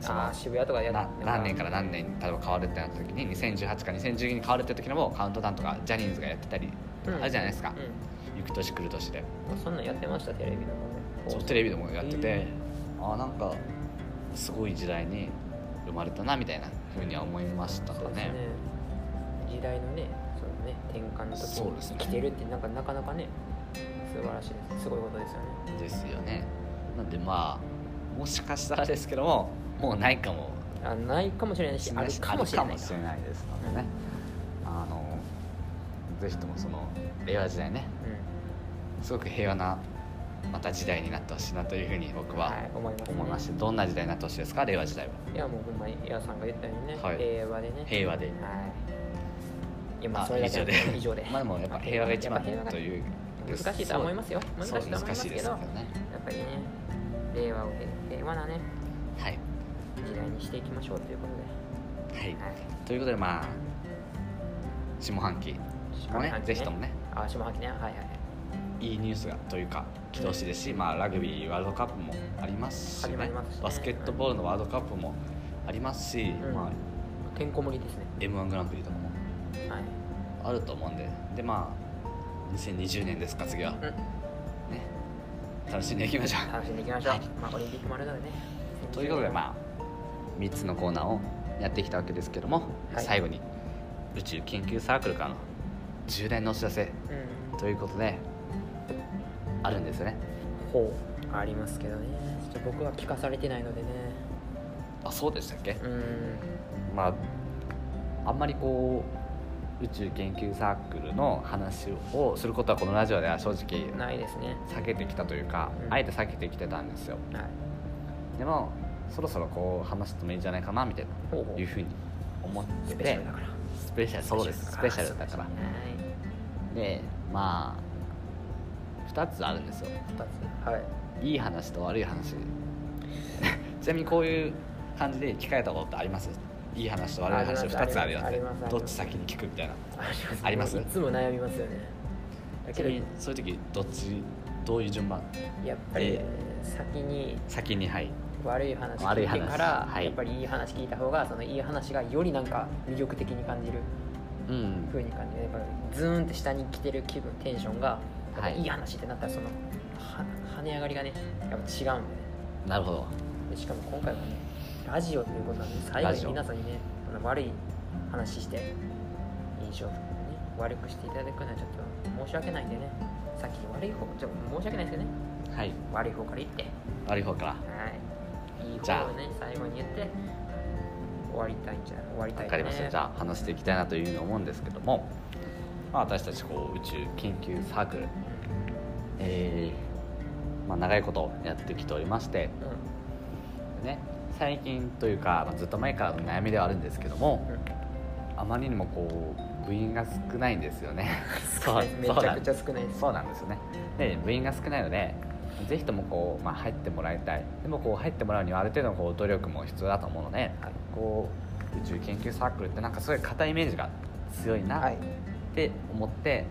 S2: その渋谷とかや
S1: な何年から何年に例えば変わるってなった時に2018か2012に変わるって時のもカウントダウンとかジャニーズがやってたり
S2: うん
S1: あるじゃないですか、
S2: う
S1: 行く年来る年で
S2: んそんなんやってましたテレビとかね
S1: そうテレビでもやってて、
S2: え
S1: あなんかすごい時代に生まれたなみたいなふうには思いました
S2: そう
S1: か
S2: ですね
S1: ね
S2: 時代のねそのね転換の時
S1: そうです
S2: に
S1: ね
S2: 来てるってなんかなかなかね素晴らしいですすごいことですよね
S1: ですよねなんでまあもしかしたらですけどももうないかも
S2: あないかもしれないしあるかもしれ
S1: あ
S2: な
S1: るかも
S2: い
S1: しれないですのでねあのぜひともその令和時代ねすごく平和なまた時代になってほしいなというふうに僕
S2: うん
S1: は
S2: はい思いますね
S1: 思いまして、どんな時代になってほしいですか令和時代はい
S2: やもうほんまに矢さんが言ったようにね、
S1: はい
S2: 平和でね
S1: 平和で
S2: はいいやまあ
S1: あ
S2: それだけなんですけど以
S1: 以
S2: 上
S1: 上
S2: で
S1: でまあでもやっぱ平和が一番
S2: やっぱ平和が
S1: という
S2: 難しいとは思いますよ難しいと
S1: そう
S2: は思いま
S1: 難
S2: す
S1: し
S2: け
S1: い
S2: ど
S1: ですけ
S2: や
S1: ど
S2: っ
S1: ね
S2: ぱりね令和を平平和なね
S1: はい、
S2: 時代にしていきましょうということ
S1: はい
S2: で、、はい
S1: ということでまあ下半期もね
S2: 下半期ね
S1: ぜひともね
S2: あ下半期ねはいはいはい
S1: いいニュースがというか来てほしいですし、まあ、ラグビーワールドカップもありますし、
S2: 始まりますしね
S1: バスケットボールのワールドカップもありますし、
S2: ん
S1: まあ、
S2: てんこ盛りですね
S1: m 1グランプリとかも
S2: はい
S1: あると思うんででまあ2020年ですか次は、ね
S2: うん
S1: 楽しんでいきましょ
S2: 楽しんでいきましょう、
S1: はい
S2: まあオリンピックもあるのでね
S1: うということで
S2: あ
S1: まあ3つのコーナーをやってきたわけですけども、
S2: はい
S1: 最後に宇宙研究サークルからの重大なお知らせ
S2: うん
S1: ということであるんですよね
S2: ほうありますけどねちょっと僕は聞かされてないのでね
S1: あそうでしたっけ
S2: うん
S1: まああんまりこう宇宙研究サークルの話をすることはこのラジオでは正直
S2: ないですね
S1: 避けてきたというか、
S2: うん
S1: あえて避けてきてたんですよ
S2: はい
S1: でもそろそろこう話してもいいんじゃないかなみたい
S2: ほうほ
S1: な
S2: う
S1: いうふうに思って
S2: スペシャ
S1: て
S2: ルだから
S1: スペシャルそうですスペシャルだから
S2: はい
S1: でまあ2つあるんですよ
S2: 二つはい
S1: いい話と悪い話 ちなみにこういう感じで聞かれたことってありますいい話と悪い話
S2: あります
S1: 2つあるよっ
S2: あり
S1: て
S2: ます
S1: どっち先に聞くみたいな
S2: あ
S1: あります
S2: いつも悩みますよねだけど
S1: そういう時どっちどういう順番
S2: やっぱり
S1: え
S2: 先に
S1: 先にはい
S2: 悪い話聞
S1: 悪
S2: い
S1: い
S2: て
S1: 話
S2: から、
S1: はい
S2: やっぱりいい話聞いた方がそのいい話がよりなんか魅力的に感じる
S1: うん
S2: 風に感じるやっぱりズーンって下に来てる気分テンションがやっぱ
S1: はい
S2: いい話ってなったらそのは跳ね上がりがねやっぱ違うんでね
S1: なるほど
S2: でしかも今回もねラジオということなんで最後
S1: ラ
S2: に
S1: ジオ
S2: 皆さんにねこの悪い話して印象をね悪くしていただくのはちょっと申し訳ないんでねさっき悪い方ちょっと申し訳ないですよね
S1: はい
S2: 悪い方から言って
S1: 悪い方から
S2: はい。いい
S1: じゃ
S2: 方
S1: あ
S2: をね、最後に言って、終わりたいんじゃない終わりた
S1: わ
S2: い、ね。
S1: かりましたじゃあ話していきたいなというふうに思うんですけども、まあ、私たちこう宇宙研究サークル、えーまあ、長いことやってきておりまして、
S2: う
S1: ね、最近というか、まあずっと前からの悩みではあるんですけども、
S2: ん。うん。
S1: あまりにもこう部員が少ないんですよね
S2: 少ないめちゃくち
S1: ゃ
S2: ゃ少ないです。
S1: そうなんですよねで部員が少ないのでぜひともこう、まあ、入ってもらいたいでもこう入ってもらうにはある程度のこう努力も必要だと思うので、こう宇宙研究サークルってなんかすごい硬いイメージが強いな
S2: は
S1: っ
S2: い。
S1: て思って、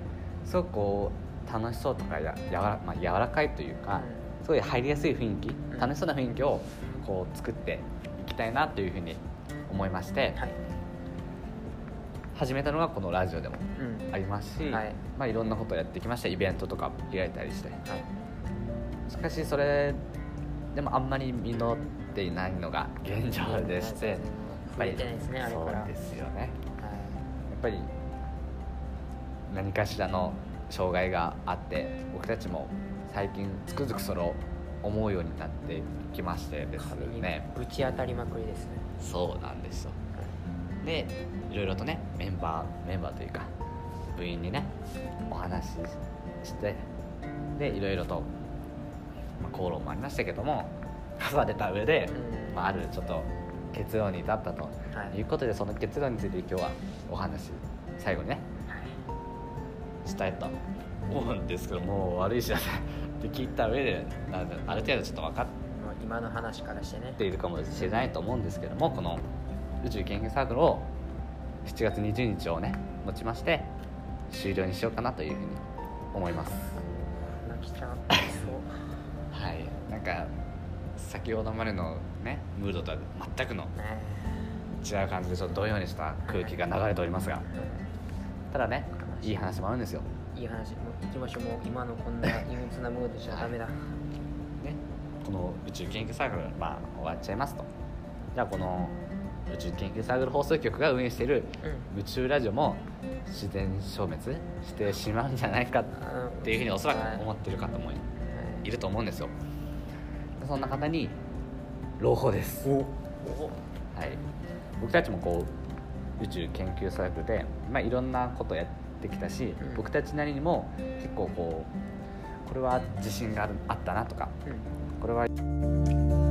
S1: すごくこう楽しそうとかややわら、まあ、柔らかいというか、すごい入りやすい雰囲
S2: ん
S1: 気楽しそうな雰囲気をこう作っていきたいなというふうに思いまして、
S2: はい。
S1: 始めたのがこのラジオでも
S2: うん。
S1: ありますし、
S2: はい
S1: まあ、いろんなことをやってきましたイベントとか開いたりして
S2: はい。
S1: しかしそれでもあんまり実っていないのが現状でしてやっ
S2: 増えてないですね、あれから。
S1: そうですよね
S2: は
S1: やっぱり何かしらの障害があって僕たちも最近つくづくそれを思うようになってきまして
S2: い。
S1: です
S2: 壁に
S1: ね
S2: ぶち当たりまくりですね。
S1: そうなんですよでいろいろとねメンバーメンバーというか部員にねお話ししてでいろいろと、まあ、口論もありましたけども 重ねた上で、
S2: うん
S1: まあ、あるちょっと結論に至ったと
S2: はい。はい
S1: いうことでその結論について今日はお話し最後にねしたいと思うんですけどもう悪い知らせって聞いた上でなんだある程度ちょっと分かっ
S2: もう今の話からしてね
S1: っ。ているかもしれないと思うんですけどもこの宇宙研究サークルを7月20日をねもちまして終了にしようかなというふうに思います
S2: 泣きちゃう。そう。
S1: はいなんか先ほどまでのねムードとは全くの違う感じでちょっとどようにした空気が流れておりますがただねいい話もあるんですよ、
S2: いい話もう行きましょうもう今のこんな憂鬱なムードじゃダメだ
S1: ね、この宇宙研究サークル、まあ、終わっちゃいますとじゃあこの宇宙研究サークル放送局が運営している
S2: うん
S1: 宇宙ラジオも自然消滅してしまうんじゃないかっ
S2: あー
S1: ていうふうにおそら
S2: はい
S1: く思ってる方もい
S2: はい
S1: いると思うんですよそんな方に朗報です
S2: お
S1: はい、僕たちもこう宇宙研究サークルで、まあ、いろんなことやってきたし、
S2: うん
S1: 僕たちなりにも結構こうこれは自信があるあったなとか
S2: うん
S1: これは